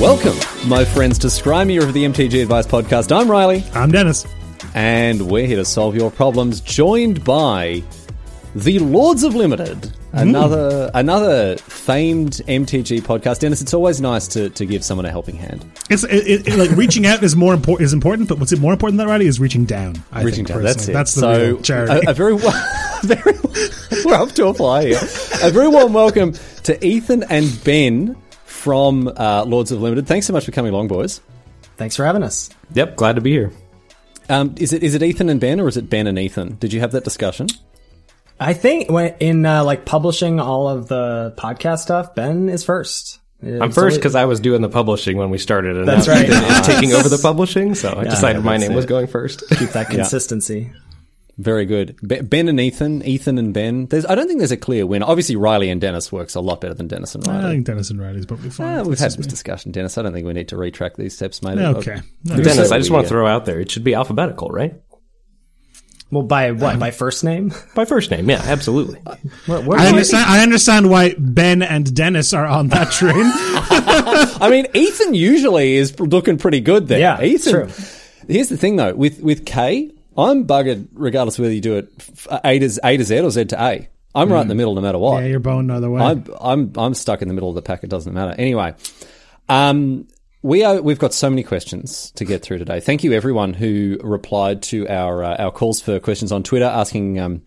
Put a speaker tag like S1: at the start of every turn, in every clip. S1: Welcome, my friends, to Scrimey of the MTG Advice Podcast. I'm Riley,
S2: I'm Dennis.
S1: and we're here to solve your problems, joined by the Lords of Limited, another another famed MTG podcast. Dennis, it's always nice to, to give someone a helping hand.
S2: It's it, it, it- like reaching out is more important is important, but what's it more important than that, Riley? Is reaching down. I
S1: Reaching
S2: think,
S1: down,
S2: personally.
S1: that's it.
S2: That's the
S1: so,
S2: real charity.
S1: A, a very, wa- very we're up to a fly here. A very warm welcome to Ethan and Ben from uh, Lords of Limited. Thanks so much for coming along, boys.
S3: Thanks for having us.
S4: Yep, glad to be here.
S1: Um, is it is it Ethan and Ben or is it Ben and Ethan? Did you have that discussion?
S3: I think when in uh, like publishing all of the podcast stuff, Ben is first.
S4: I'm first because I was doing the publishing when we started, and
S3: That's
S4: now
S3: right.
S4: Ethan is taking over the publishing, so I decided my
S3: that's
S4: name
S3: it.
S4: was going first.
S3: keep that consistency.
S1: Very good. Be- Ben and Ethan, Ethan and Ben. There's, I don't think there's a clear winner. Obviously, Riley and Dennis works a lot better than Dennis and
S2: I
S1: Riley.
S2: think Dennis and Riley's probably fine.
S1: Uh, we've
S2: Uh, This
S1: had
S2: is
S1: this
S2: me.
S1: discussion, Dennis. I don't think we need to retract these steps, mate.
S2: Okay. No,
S1: Dennis,
S4: Dennis,
S1: so
S4: I just want
S1: weird.
S4: to throw out there it should be alphabetical, right?
S3: Well, by what? By first name?
S4: By first name, yeah, absolutely.
S3: Uh, What, what
S2: I understand. I understand why Ben and Dennis are on that train.
S1: I mean, Ethan usually is looking pretty good there.
S3: Yeah,
S1: Ethan.
S3: true.
S1: Here's the thing, though. With with K, I'm buggered regardless of whether you do it f- A to Z, a to Z or Z to A. I'm right in the middle no matter what.
S2: yeah, you're bone either way.
S1: I'm I'm I'm stuck in the middle of the pack. It doesn't matter. Anyway, um, we are we've got so many questions to get through today. Thank you everyone who replied to our uh, our calls for questions on Twitter, asking um,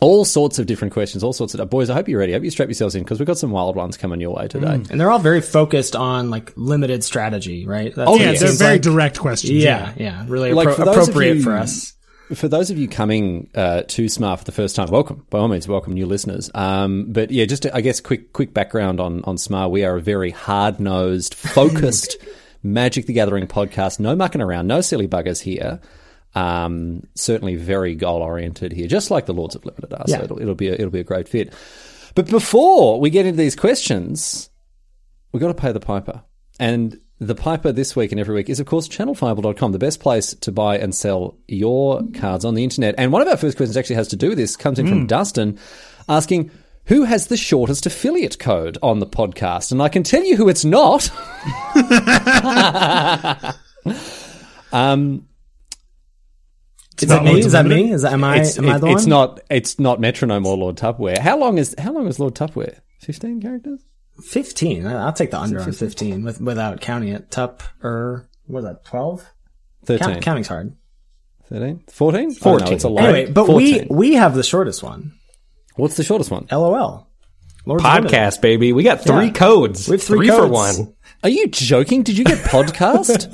S1: all sorts of different questions, all sorts of boys. I hope you're ready. I hope you strap yourselves in because we've got some wild ones coming your way today.
S3: And they're all very focused on like limited strategy, right? That's
S1: Oh,
S3: what
S2: yeah,
S3: it
S2: they're
S3: seems
S2: very
S3: like.
S2: direct questions.
S3: Yeah, yeah, really
S1: Like,
S3: appro-
S1: for those of
S3: appropriate
S1: you-
S3: for us.
S1: For those of you coming uh, to Smart for the first time, welcome. By all means, welcome new listeners. Um, but yeah, just I guess quick quick background on on Smart. We are a very hard nosed, focused Magic the Gathering podcast. No mucking around, no silly buggers here. Um, certainly very goal oriented here, just like the Lords of Limited are.
S3: Yeah.
S1: So it'll, it'll be a, it'll be a great fit. But before we get into these questions, we've got to pay the piper. And the piper this week and every week is, of course, channelfireball.com, the best place to buy and sell your cards on the internet. And one of our first questions actually has to do with this, comes in
S3: Hmm.
S1: from Dustin asking, who has the shortest affiliate code on the podcast? And I can tell you who it's not.
S3: Is that
S2: not
S3: me?
S2: Lords of
S3: Is that
S2: Limited?
S3: me? Is that am I?
S1: It's,
S3: Am I
S1: it-
S3: the
S1: it's
S3: one?
S1: not it's not Metronome or Lord Tupperware. How long is how long is Lord Tupperware? Fifteen characters?
S3: fifteen. I- I'll take the under on fifteen with, without counting it. Tup or what is that? Twelve.
S1: Thirteen.
S3: Count, counting's hard.
S1: 13? 14? Oh, no, it's a lie.
S3: Anyway, but
S1: 14.
S3: we we have the shortest one.
S1: What's the shortest one?
S3: LOL. Lords of Limited.
S4: Podcast, baby. We got three
S3: Yeah.
S4: codes.
S3: We have three
S4: for
S3: codes.
S4: one.
S1: Are you joking? Did you get podcast?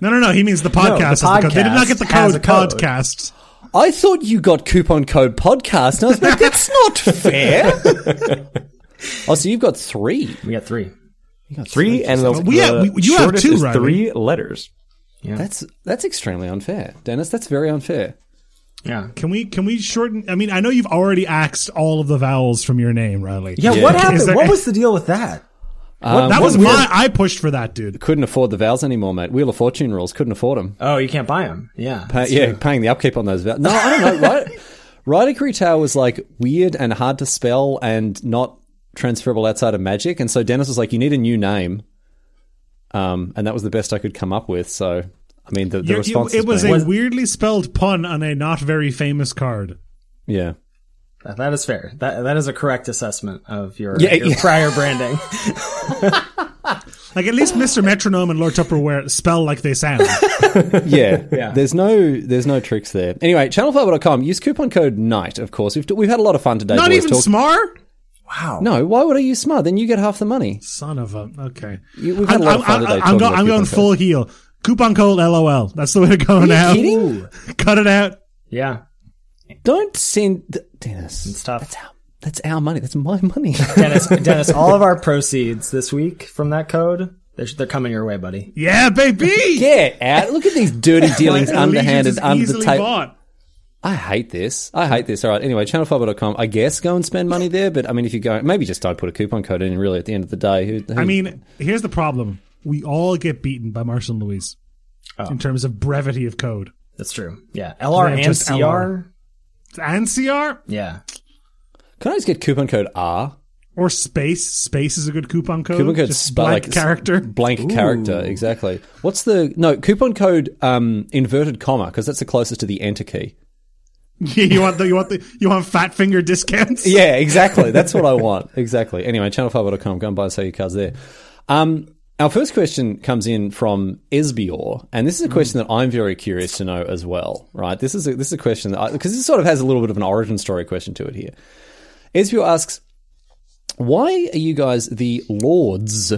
S2: No, no, no. He means the podcast. has the code. They did not get the
S3: podcast has
S2: code,
S3: a code.
S2: podcast.
S1: I thought you got coupon code podcast. And I was like, that's not fair. oh, so you've got three.
S3: We got three.
S4: Three and the,
S2: we have-
S4: the
S2: we- you have
S4: shortest
S2: two,
S4: is
S2: Riley.
S4: three letters.
S1: That's that's extremely unfair, Dennis. That's very unfair.
S3: Yeah.
S2: Can we can we shorten? I mean, I know you've already axed all of the vowels from your name, Riley.
S3: Yeah, what
S2: Is
S3: happened?
S2: there-
S3: What was the deal with that?
S2: What- that was my. I pushed for that, dude.
S1: Couldn't afford the vowels anymore, mate. Wheel of Fortune rules. Couldn't afford them.
S3: Oh, you can't buy them. Yeah.
S1: Pay, yeah, paying the upkeep on those vowels. No, I don't know. Right, Rideacre Tower was like weird and hard to spell and not transferable outside of Magic. And so Dennis was like, you need a new name. Um, and that was the best I could come up with. So, I mean, the, the
S2: You're-
S1: response
S2: it, it was
S1: been,
S2: a weirdly spelled pun on a not very famous card.
S1: yeah.
S3: That- that is fair. That that is a correct assessment of your,
S1: Yeah,
S3: your
S1: yeah.
S3: prior branding.
S2: Like at least Mr. Metronome and Lord Tupperware spell like they sound.
S1: yeah. There's no there's no tricks there. Anyway, channelfiber.com. Use coupon code NIGHT, of course. We've, we've had a lot of fun today.
S2: Not
S1: boys,
S2: even
S1: talk-
S2: Smar.
S3: Wow.
S1: No, why would I use smart? Then you get half the money.
S2: Son of a okay.
S1: You- we've had
S2: I'm,
S1: a lot of fun
S2: I'm-
S1: today
S2: I'm
S1: talking
S2: go-
S1: about
S2: I'm going
S1: coupon
S2: full heel. Coupon code LOL. That's the way to go now.
S1: kidding?
S2: Cut it out.
S3: Yeah.
S1: Don't send Dennis.
S3: It's tough.
S1: That's our money. That's my money.
S3: Dennis, Dennis, all of our proceeds this week from that code, they're, they're coming your way, buddy.
S2: Yeah, baby.
S1: get out. Look at these dirty dealings,
S2: Like, allegiance
S1: underhanded,
S2: is
S1: under the
S2: easily
S1: table.
S2: bought.
S1: I hate this. I hate this. All right. Anyway, channelfiber.com. I guess go and spend money there. But I mean, if you go, maybe just don't put a coupon code in. Really, at the end of the day, who, who
S2: I mean, here's the problem: we all get beaten by Marshall and Louise
S1: Oh.
S2: in terms of brevity of code.
S3: That's true. Yeah. LR
S2: Yeah,
S3: and
S2: just
S3: CR.
S2: LR. And CR
S3: Yeah.
S1: can I just get coupon code R?
S2: or space. Space is a good coupon code.
S1: Coupon code
S2: Just
S1: sp-
S2: blank
S1: like,
S2: character.
S1: Blank character, exactly. What's the no coupon code? Um, inverted comma because that's the closest to the enter key.
S2: you want the you want the you want fat finger discounts.
S1: Yeah, exactly. That's what I want. Exactly. Anyway, channel5.com. Go and buy and sell your cards there. Um, our first question comes in from Esbior, and this is a question that I'm very curious to know as well. Right? This is a, this is a question that because this sort of has a little bit of an origin story question to it here. Esbior asks, "Why are you guys the lords?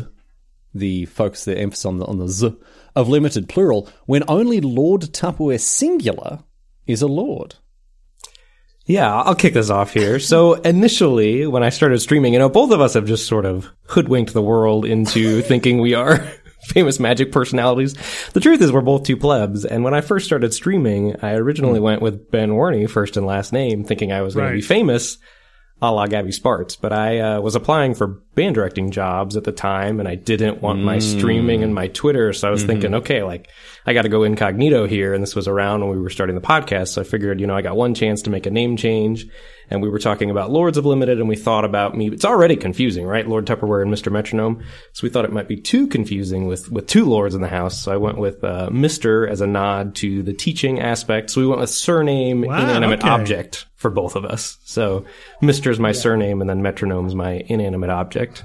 S1: The focus, the emphasis on the on the z of limited plural, when only Lord Tupperware singular is a lord."
S4: Yeah, I'll kick this off here. So initially, when I started streaming, you know, both of us have just sort of hoodwinked the world into thinking we are famous magic personalities. The truth is, we're both two plebs. And when I first started streaming, I originally went with Ben Warney, first and last name, thinking I was going to be
S2: Right.
S4: famous, a la Gabby Sparts. But I uh, was applying for band directing jobs at the time, and I didn't want
S2: Mm.
S4: my streaming and my Twitter. So I was
S2: Mm-hmm.
S4: thinking, okay, like I got to go incognito here. And this was around when we were starting the podcast. So I figured, you know, I got one chance to make a name change. And we were talking about Lords of Limited, and we thought about me. It's already confusing, right? Lord Tupperware and Mr. Metronome. So we thought it might be too confusing with with two lords in the house. So I went with uh, Mister as a nod to the teaching aspect. So we went with surname
S2: Wow,
S4: inanimate
S2: okay.
S4: object for both of us. So Mister is my surname, and then metronome is my inanimate object.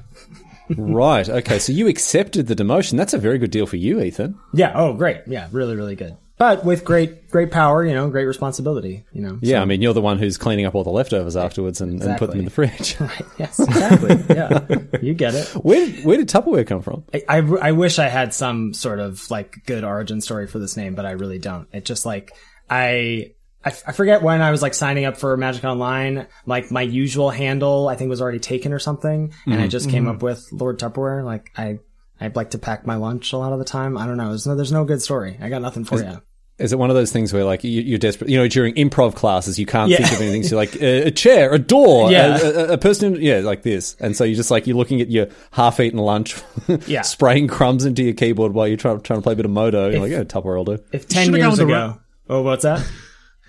S1: Right. Okay. So you accepted the demotion. That's a very good deal for you, Ethan.
S3: Yeah. Oh, great. Yeah. Really, really good. But with great, great power, you know, great responsibility, you know.
S1: Yeah. I mean, you're the one who's cleaning up all the leftovers afterwards and, and put them in the fridge.
S3: Yes, exactly. yeah. You get it.
S1: where did, where did Tupperware come from?
S3: I, I, I wish I had some sort of like good origin story for this name, but I really don't. It just like I. I f- I forget when I was like signing up for Magic Online, like my usual handle I think was already taken or something, and I just came up with Lord Tupperware. Like I, I like to pack my lunch a lot of the time. I don't know. There's no, there's no good story. I got nothing for you.
S1: Is it one of those things where like you, you're desperate? You know, during improv classes, you can't
S3: Yeah.
S1: think of anything. So you're like "Uh, a, a chair, a door,
S3: Yeah.
S1: a, a, a person, yeah, like this. And so you're just like you're looking at your half-eaten lunch,
S3: Yeah.
S1: spraying crumbs into your keyboard while you're trying, trying to play a bit of Modo. You're like, yeah, Tupperware will do.
S3: If ten
S2: Should've gone
S3: years
S2: with the
S3: ago,
S2: ra-
S3: oh, what's that?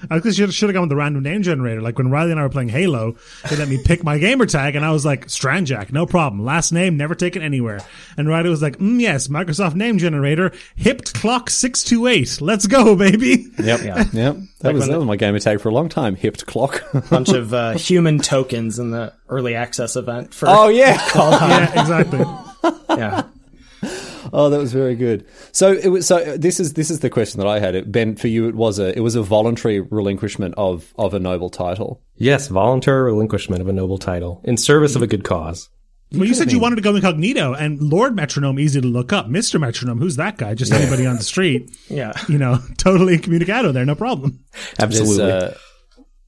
S2: I should have gone with the random name generator. Like when Riley and I were playing Halo, they let me pick my gamer tag, and I was like, Stranjak, no problem. Last name, never taken anywhere. And Riley was like, mm, yes, Microsoft name generator, hipped clock 628. Let's go, baby.
S1: Yep. Yep. That was that was my gamer tag for a long time. Hipped clock.
S3: Bunch of uh, human tokens in the early access event for
S1: oh yeah.
S3: Call of Duty.
S2: yeah, exactly.
S3: yeah.
S1: Oh, that was very good. So it was. So this is this is the question that I had. It, ben, for you, it was a it was a voluntary relinquishment of of a noble title.
S4: Yes, voluntary relinquishment of a noble title in service of a good cause.
S2: Well, you said you wanted to go incognito, and Lord Metronome, easy to look up. Mr. Metronome, who's that guy? Just anybody on the street.
S3: Yeah.
S2: You know, totally incommunicado there, no problem.
S1: There's,
S4: Absolutely.
S1: uh,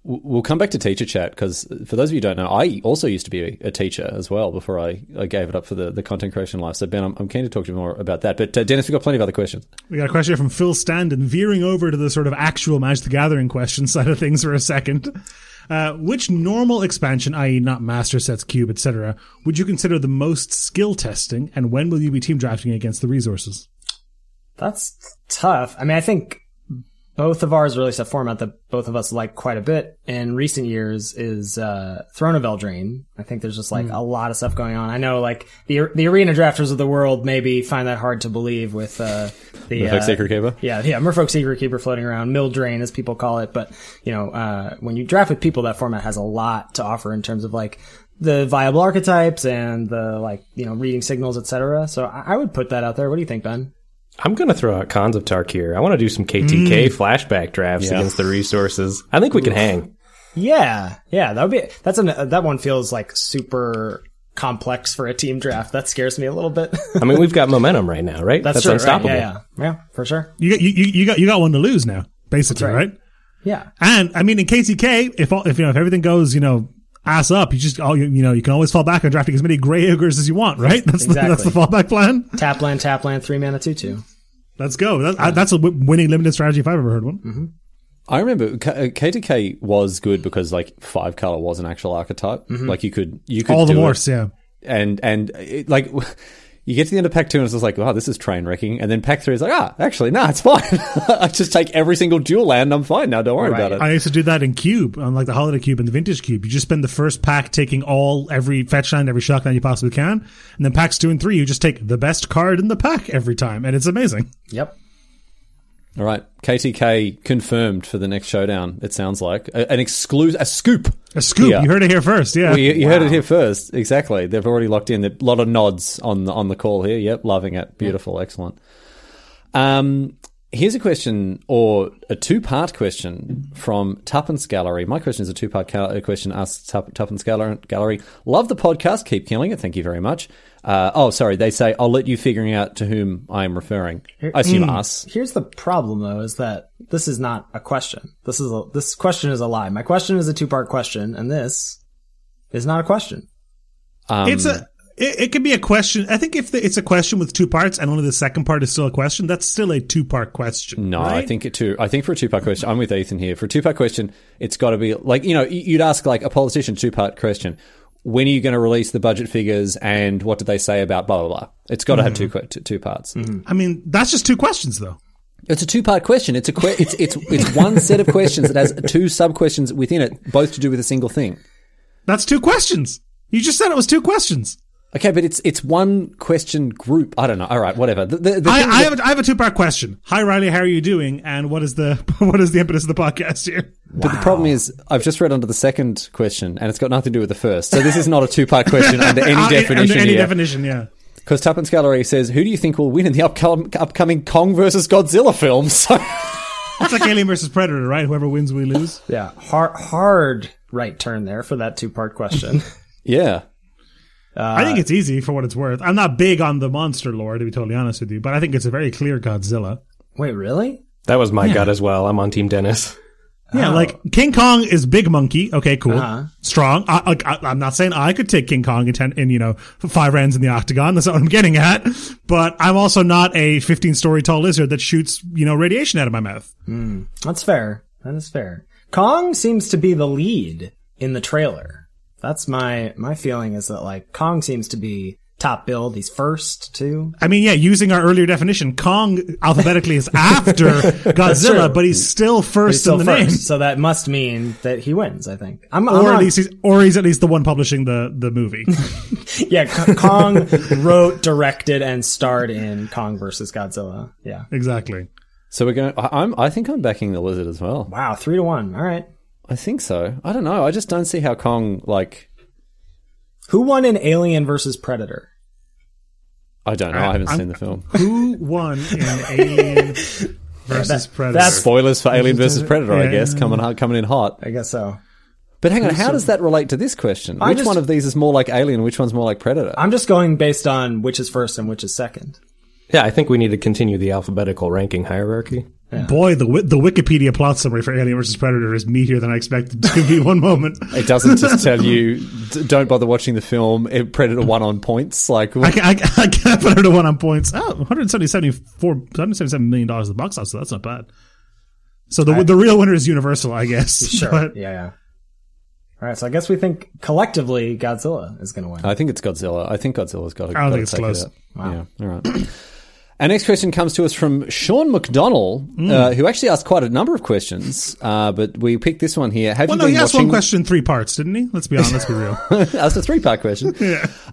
S1: w- we'll come back to teacher chat because for those of you who don't know, I also used to be a teacher as well before I, I gave it up for the, the content creation life. So Ben, I'm, I'm keen to talk to you more about that. But uh, Dennis, we've got plenty of other questions.
S2: We got a question here from Phil Standen, veering over to the sort of actual Magic the Gathering question side of things for a second. Uh, which normal expansion, i.e., not master sets, cube, etc., would you consider the most skill testing, and when will you be team drafting against the resources?
S3: That's tough. I mean, I think both of ours released a format that both of us like quite a bit in recent years is uh, Throne of Eldraine. I think there's just like
S1: Hmm.
S3: a lot of stuff going on. I know like the the arena drafters of the world maybe find that hard to believe with uh, the
S1: Like
S3: uh,
S1: Sacred Keeper.
S3: yeah, yeah, Merfolk Secret Keeper floating around, Mildrain as people call it. But, you know, uh, when you draft with people, that format has a lot to offer in terms of like the viable archetypes and the like, you know, reading signals, etc. So I, I would put that out there. What do you think, Ben?
S4: I'm going to throw out cons of Tark here. I want to do some
S3: Mm.
S4: KTK flashback drafts against the resources. I think we can hang.
S3: Yeah. Yeah. That would be, that's an, that one feels like super complex for a team draft. That scares me a little bit.
S4: I mean, we've got momentum right now, right?
S3: that's true, right?
S4: unstoppable.
S3: Yeah, yeah. Yeah, for sure.
S2: You got you, you, you got you got one to lose now, basically,
S3: That's right.
S2: right.
S3: Yeah.
S2: And I mean, in KTK, if all, if you know if everything goes, you know. Ass up! You just all you, you know. You can always fall back on drafting as many gray ogres as you want, right? That's the, that's the
S3: Exactly.
S2: fallback plan.
S3: Tap land, tap land, three mana, two, two.
S2: Let's go. That, I, that's a w- winning limited strategy if I've ever heard one.
S1: I remember K- uh, K2K was good because like five color was an actual archetype. Like you could you could
S2: Mm-hmm. All the
S1: do it.
S2: Morse, yeah.
S1: and and it, like you get to the end of pack two and it's just like, wow, this is train wrecking. And then pack three is like, ah, actually, nah, it's fine. I just take every single dual land. I'm fine now. Don't worry
S3: Right.
S1: about it.
S2: I used to do that in Cube, on like the Holiday Cube and the Vintage Cube. You just spend the first pack taking all every fetch line, every shotgun you possibly can, and then packs two and three, you just take the best card in the pack every time, and it's amazing.
S3: Yep.
S1: All right. KTK confirmed for the next showdown, it sounds like. A- an exclusive, a scoop.
S2: A scoop,
S1: Yeah.
S2: you heard it here first, yeah.
S1: Well, you, you heard it here first. Exactly. They've already locked in. A lot of nods on the, on the call here. Yep, loving it. Beautiful, excellent. Um, here's a question or a two part question from Tuppence Gallery. My question is a two part cal- uh, question asked Tupp- Tuppence Galler- Gallery. Love the podcast. Keep killing it. Thank you very much. Uh, oh, sorry. They say I'll let you figuring out to whom I am referring. I assume us.
S3: Here's the problem though is that this is not a question. This is a, this question is a lie. My question is a two-part question and this is not a question.
S1: um,
S2: it's a it, it could be a question. I think if the, it's a question with two parts and only the second part is still a question, that's still a two part question.
S1: No, I think it too. I think for a two part question, I'm with Ethan here. For a two part question, it's got to be like you know, y- you'd ask like a politician two part question. When are you going to release the budget figures, and what did they say about blah blah blah? It's got to have two
S2: Mm-hmm.
S1: que- two two parts.
S2: I mean, that's just two questions though.
S1: It's a two part question. It's a que- it's it's it's one set of questions that has two sub questions within it, both to do with a single thing.
S2: That's two questions. You just said it was two questions.
S1: Okay, but it's it's one question group. I don't know. All right, whatever. The, the, the
S2: I,
S1: thing
S2: I
S1: that-
S2: have a, I have a two part question. Hi Riley, how are you doing? And what is the what is the impetus of the podcast here?
S1: But the problem is, I've just read under the second question, and it's got nothing to do with the first. So this is not a two-part question under any
S2: Uh,
S1: definition
S2: Under any
S1: here.
S2: definition, yeah.
S1: Because Tuppence Gallery says, "Who do you think will win in the upcom- upcoming Kong versus Godzilla film?" So
S2: It's like Alien versus Predator, right? Whoever wins, we lose.
S3: Yeah. Hard hard right turn there for that two-part question.
S1: yeah,
S2: I think it's easy for what it's worth. I'm not big on the monster lore, to be totally honest with you, but I think it's a very clear Godzilla.
S3: Wait, really?
S4: That was my gut as well. I'm on Team Dennis.
S2: Yeah, like King Kong is big monkey. Okay, cool,
S3: Uh-huh.
S2: strong. I, like, I, I'm not saying I could take King Kong in, ten, in you know five rounds in the octagon. That's not what I'm getting at. But I'm also not a 15 story tall lizard that shoots you know radiation out of my mouth.
S3: That's fair. That is fair. Kong seems to be the lead in the trailer. That's my my feeling is that like Kong seems to be top billed. He's first too.
S2: I mean, yeah, using our earlier definition, Kong alphabetically is after Godzilla,
S3: true.
S2: but he's still first
S3: He's still
S2: in the
S3: first,
S2: name.
S3: so that must mean that he wins. I think. I'm, I'm
S2: Or at
S3: on-
S2: least he's, or he's at least the one publishing the, the movie.
S3: yeah. K- Kong wrote, directed, and starred in Kong versus Godzilla. Yeah.
S2: exactly.
S1: so we're going. I, I'm. I think I'm backing the lizard as well.
S3: Wow, three to one. All right.
S1: I think so. I don't know. I just don't see how Kong. Like,
S3: Who won in Alien versus Predator?
S1: I don't know. Oh, I haven't
S2: Uh, I'm-
S1: seen the film.
S2: Who won in Alien versus Predator?
S3: that's-
S1: Spoilers for Alien versus Predator, I
S2: Yeah.
S1: guess, coming hot- coming in hot.
S3: I guess so.
S1: But hang on, how does that relate to this question?
S3: I
S1: Which
S3: just-
S1: one of these is more like Alien? Which one's more like Predator?
S3: I'm just going based on which is first and which is second.
S4: Yeah, I think we need to continue the alphabetical ranking hierarchy.
S2: Boy, the wi- the Wikipedia plot summary for Alien versus Predator is meatier than I expected to be. One moment,
S1: It doesn't just tell you d- don't bother watching the film. It, Predator won on points. Like,
S2: I, ca- I, ca- I can't put her to one on points. Oh, 174 $177 million dollars at the box office. So that's not bad. So the the real winner is Universal, I guess.
S3: Sure.
S2: But
S3: yeah, yeah. All right, so I guess we think collectively Godzilla is going to win.
S1: I think it's Godzilla. I think Godzilla's got to.
S2: I don't think it's close.
S1: Wow. Yeah. All right. Our next question comes to us from Sean McDonnell,
S2: Mm.
S1: uh, who actually asked quite a number of questions, uh, but we picked this one here. Have
S2: well,
S1: you
S2: no,
S1: been
S2: he asked
S1: watching?
S2: one question in three parts, didn't he? Let's be honest. Let's be real.
S1: That's a three-part question.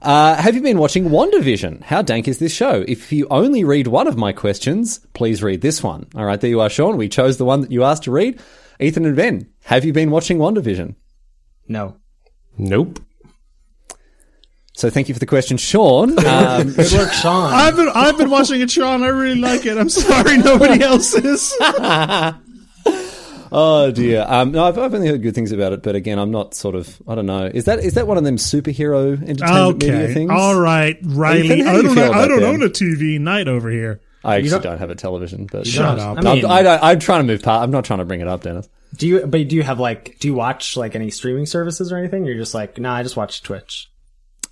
S1: uh, have you been watching WandaVision? How dank is this show? If you only read one of my questions, please read this one. All right, there you are, Sean. We chose the one that you asked to read. Ethan and Ben, have you been watching WandaVision?
S3: No.
S4: Nope.
S1: So thank you for the question, Sean. Um,
S3: Good work, Sean.
S2: I've been I've been watching it, Sean. I really like it. I'm sorry, nobody else is.
S1: Oh dear. Um, no, I've, I've only heard good things about it, but again, I'm not sort of. I don't know. Is that is that one of them superhero entertainment media
S2: Okay,
S1: things?
S2: all right,
S1: Ethan,
S2: Riley.
S1: how
S2: I
S1: do you
S2: don't
S1: feel
S2: know, I
S1: about
S2: don't
S1: them?
S2: own a TV night over here.
S1: I actually don't, have a television, but
S2: Shut
S3: I
S2: up.
S1: No,
S3: mean,
S1: I'm, I, don't- I'm trying to move past. I'm not trying to bring it up, Dennis.
S3: do you? But do you have like? Do you watch like any streaming services or anything? You're just like, nah, I just watch Twitch.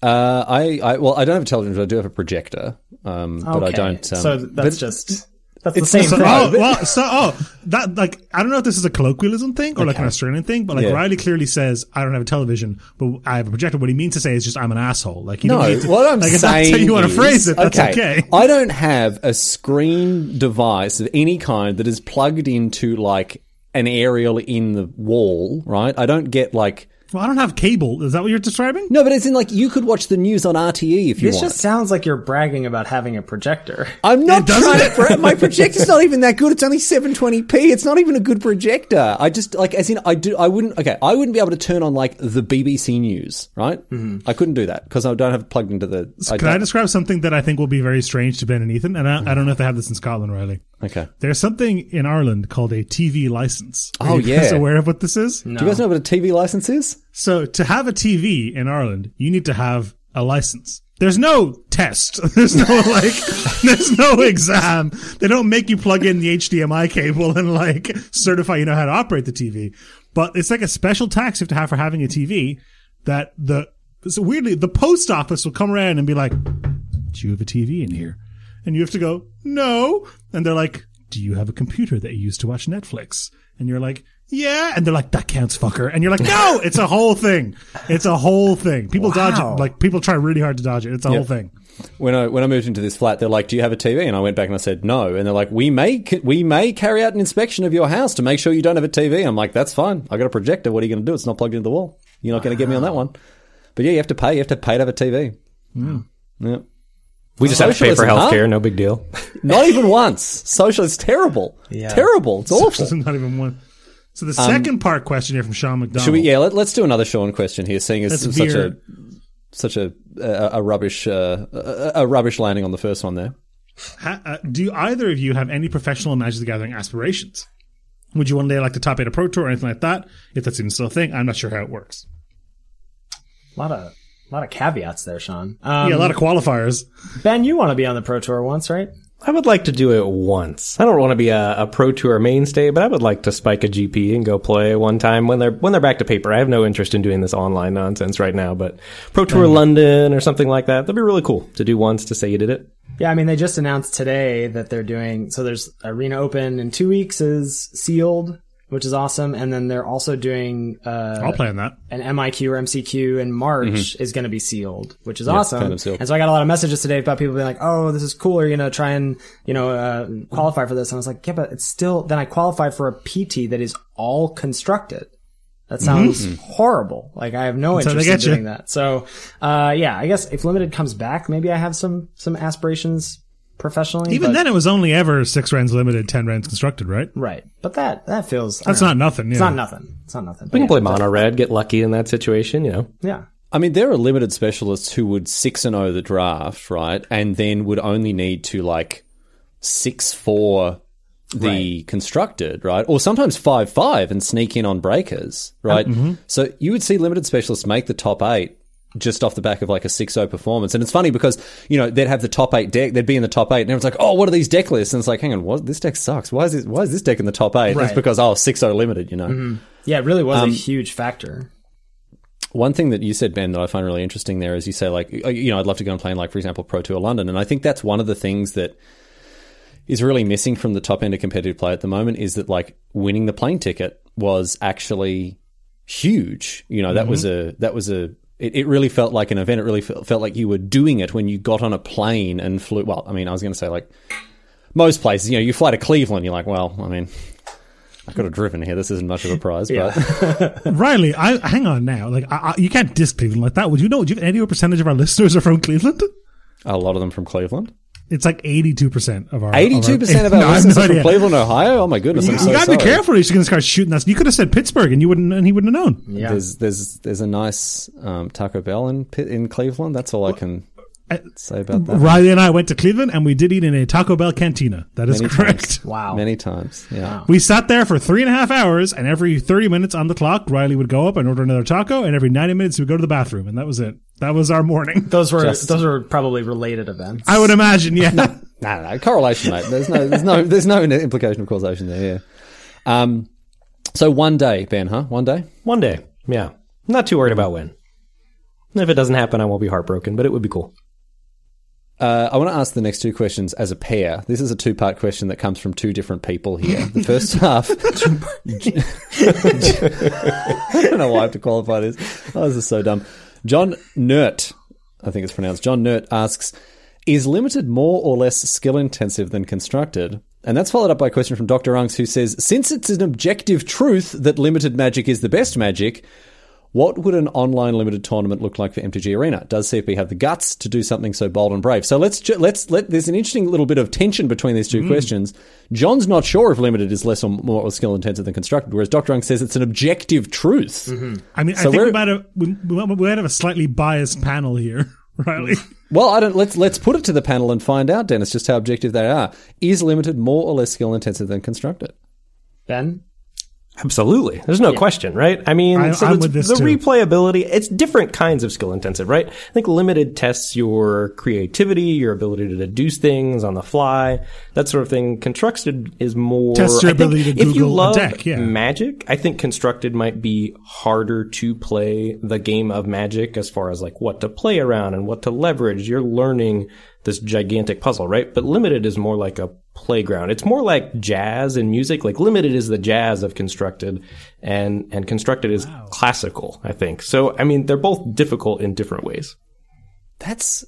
S1: Uh, I, I well, I don't have a television, but I do have a projector. Um, but I
S3: Okay.
S1: don't. Um,
S3: so
S1: but
S3: that's just. That's the same
S2: So,
S3: thing.
S2: oh, well, so oh, that like I don't know if this is a colloquialism thing or like an Australian thing, but like
S1: Yeah.
S2: Riley clearly says, "I don't have a television," but I have a projector. What he means to say is just, "I'm an asshole." Like you
S1: No,
S2: don't need to,
S1: what I'm
S2: like, if
S1: saying
S2: that's how you want to
S1: is-
S2: phrase it. That's okay.
S1: I don't have a screen device of any kind that is plugged into like an aerial in the wall, right? I don't get like
S2: Well, I don't have cable. Is that what you're describing?
S1: no, but it's in like you could watch the news on RTE if you
S3: This
S1: want.
S3: just sounds like you're bragging about having a projector.
S1: I'm not
S2: doesn't
S1: trying to.
S2: it?
S1: Brag. My projector's not even that good. It's only 720p. It's not even a good projector. I just like as in I do. I wouldn't. Okay, I wouldn't be able to turn on like the BBC News, right?
S2: Mm-hmm.
S1: I couldn't do that because I don't have it plugged into the. I
S2: Can I
S1: don't-
S2: describe something that I think will be very strange to Ben and Ethan? And I, I don't know if they have this in Scotland, Riley.
S1: okay.
S2: There's something in Ireland called a TV license. Are
S1: Oh,
S2: you guys
S1: yeah.
S2: aware of what this is?
S1: Do you guys know what a TV license is?
S2: So to have a TV in Ireland, you need to have a license. There's no test. There's no like, there's no exam. They don't make you plug in the HDMI cable and like certify you know how to operate the TV. But it's like a special tax you have to have for having a TV that the, so weirdly, the post office will come around and be like, do you have a TV in here? And you have to go, no. And they're like, do you have a computer that you use to watch Netflix? And you're like, yeah. And they're like, that counts, fucker. And you're like, no, it's a whole thing. It's a whole thing. People dodge it. Like people try really hard to dodge it. It's a whole thing.
S1: when I when I moved into this flat, they're like, "Do you have a TV?" And I went back and I said, "No." And they're like, "We may we may carry out an inspection of your house to make sure you don't have a TV." I'm like, "That's fine. I got a projector. What are you going to do? It's not plugged into the wall. You're not going to get me on that one." But yeah, you have to pay. You have to pay to have a TV.
S2: Hmm.
S1: Yeah.
S4: We just have to pay for
S1: Socialism, huh?
S4: healthcare. No big deal.
S1: Not even once. Social is terrible.
S3: Yeah.
S1: Terrible. It's awful.
S2: It's not even one. So the second part question here from Sean McDonald.
S1: Um, Should we? Yeah. Let, us do another Sean question here, seeing as
S2: That's
S1: such a
S2: weird.
S1: such a a, a rubbish uh, a, a rubbish landing on the first one there.
S2: Ha- uh, do either of you have any professional Magic the Gathering aspirations? Would you one day like to top eight a pro tour or anything like that? If that's even still a thing, I'm not sure how it works.
S3: A lot of lot of caveats there, Sean. Um,
S2: Yeah, a lot of qualifiers.
S3: ben, you want to be on the pro tour once, right?
S4: I would like to do it once. I don't want to be a, a pro tour mainstay, but I would like to spike a GP and go play one time when they're when they're back to paper. I have no interest in doing this online nonsense right now, but pro tour London or something like that. That'd be really cool to do once to say you did it.
S3: Yeah, I mean, they just announced today that they're doing so. There's Arena Open in two weeks is sealed, which is awesome, and then they're also doing uh,
S2: I'll play on that.
S3: an MIQ or MCQ in March
S4: Mm-hmm.
S3: is going to be sealed, which is awesome.
S1: Phantom Seal.
S3: And so I got a lot of messages today about people being like, "Oh, this is cool," or you know, try and you know uh, qualify for this. And I was like, "Yeah, but it's still." Then I qualify for a PT that is all constructed. That
S4: Mm-hmm.
S3: sounds horrible. Like I have no
S2: how they
S3: interest in
S2: get you.
S3: doing that. So, uh, yeah, I guess if limited comes back, maybe I have some some aspirations professionally.
S2: Even
S3: but-
S2: then, it was only ever six rounds limited, ten rounds constructed, right?
S3: right? But that that feels
S2: That's not nothing.
S3: It's
S2: yeah.
S3: not nothing. It's not nothing.
S4: We can play mono red, get lucky in that situation, you know.
S3: Yeah.
S1: I mean, there are limited specialists who would six and zero the draft, right, and then would only need to like six four the constructed, right, or sometimes five five and sneak in on breakers, right. So you would see limited specialists make the top eight just off the back of like a 6-0 performance and it's funny because you know they'd have the top 8 deck they'd be in the top 8 and everyone's like oh what are these deck lists and it's like hang on what this deck sucks why is this why is this deck in the top 8 it's
S3: Right.
S1: because oh 6-0 limited you know
S3: Yeah, it really was
S4: Um,
S3: a huge factor.
S1: one thing that you said, Ben, that I find really interesting there is you say like, uh, you know, I'd love to go and play in like, for example, Pro Tour London, and I think that's one of the things that is really missing from the top end of competitive play at the moment is that like winning the plane ticket was actually huge. You know, that was a that was a it, it really felt like an event. It really felt, felt like you were doing it when you got on a plane and flew. Well, I mean, I was going to say like most places, you know, you fly to Cleveland, you're like, well, I mean, I could have driven here. This isn't much of a prize, but.
S2: Riley, I hang on now. Like, I, I, you can't diss Cleveland like that. Would you know? Do you have any percentage of our listeners are from Cleveland?
S1: A lot of them from Cleveland.
S2: It's like eighty-two percent of our.
S1: Eighty-two percent of our
S2: No, I have
S1: listeners
S2: no
S1: are from
S2: idea.
S1: Cleveland, Ohio. Oh my goodness!
S2: You,
S1: I'm so
S2: you gotta
S1: sorry.
S2: be careful. or He's gonna start shooting us. You could have said Pittsburgh, and you wouldn't, and he wouldn't have known.
S3: Yeah.
S1: There's there's there's a nice um, Taco Bell in Pi- in Cleveland. That's all I can
S2: Uh,
S1: say about that.
S2: Riley and I went to Cleveland, and we did eat in a Taco Bell cantina. That is correct.
S3: Wow.
S1: Many times, yeah.
S2: We sat there for three and a half hours, and every 30 minutes on the clock, Riley would go up and order another taco, and every 90 minutes, he would go to the bathroom, and that was it. That was our morning.
S3: Those were those were probably related events.
S2: I would imagine, yeah.
S1: No, no, no, correlation, mate. There's no there's no there's no implication of causation there. Yeah. Um. So one day, Ben, huh? One day.
S4: One day. Yeah. Not too worried about when. If it doesn't happen, I won't be heartbroken, but it would be cool.
S1: Uh, I want to ask the next two questions as a pair. This is a two part question that comes from two different people here. The first half. I don't know why I have to qualify this. Oh, this is so dumb. John Nert, I think it's pronounced John Nert, asks Is limited more or less skill intensive than constructed? And that's followed up by a question from Dr. Unks who says Since it's an objective truth that limited magic is the best magic, what would an online limited tournament look like for MTG Arena? Does CFB have the guts to do something so bold and brave? So let's ju- let's let there's an interesting little bit of tension between these two questions. John's not sure if limited is less or more or skill intensive than constructed, whereas Dr. Ung says it's an objective truth.
S2: I mean, I think
S1: we're-
S2: we might have we, we might have a slightly biased panel here, Riley.
S1: Well, I don't let's let's put it to the panel and find out, Dennis, just how objective they are. Is limited more or less skill intensive than constructed?
S3: Ben?
S4: Absolutely. There's no question, right? I mean,
S2: I-
S4: so
S2: I'm
S4: it's-
S2: with this
S4: the
S2: too.
S4: replayability, it's different kinds of skill intensive, right? I think limited tests your creativity, your ability to deduce things on the fly, that sort of thing. Constructed is more.
S2: Tests your
S4: I think
S2: ability to
S4: if you
S2: Google a
S4: love
S2: deck, yeah.
S4: magic, I think constructed might be harder to play the game of magic as far as like what to play around and what to leverage. You're learning this gigantic puzzle, right? But limited is more like a playground. It's more like jazz and music. Like limited is the jazz of constructed and, and constructed is classical, I think. So, I mean, they're both difficult in different ways.
S1: That's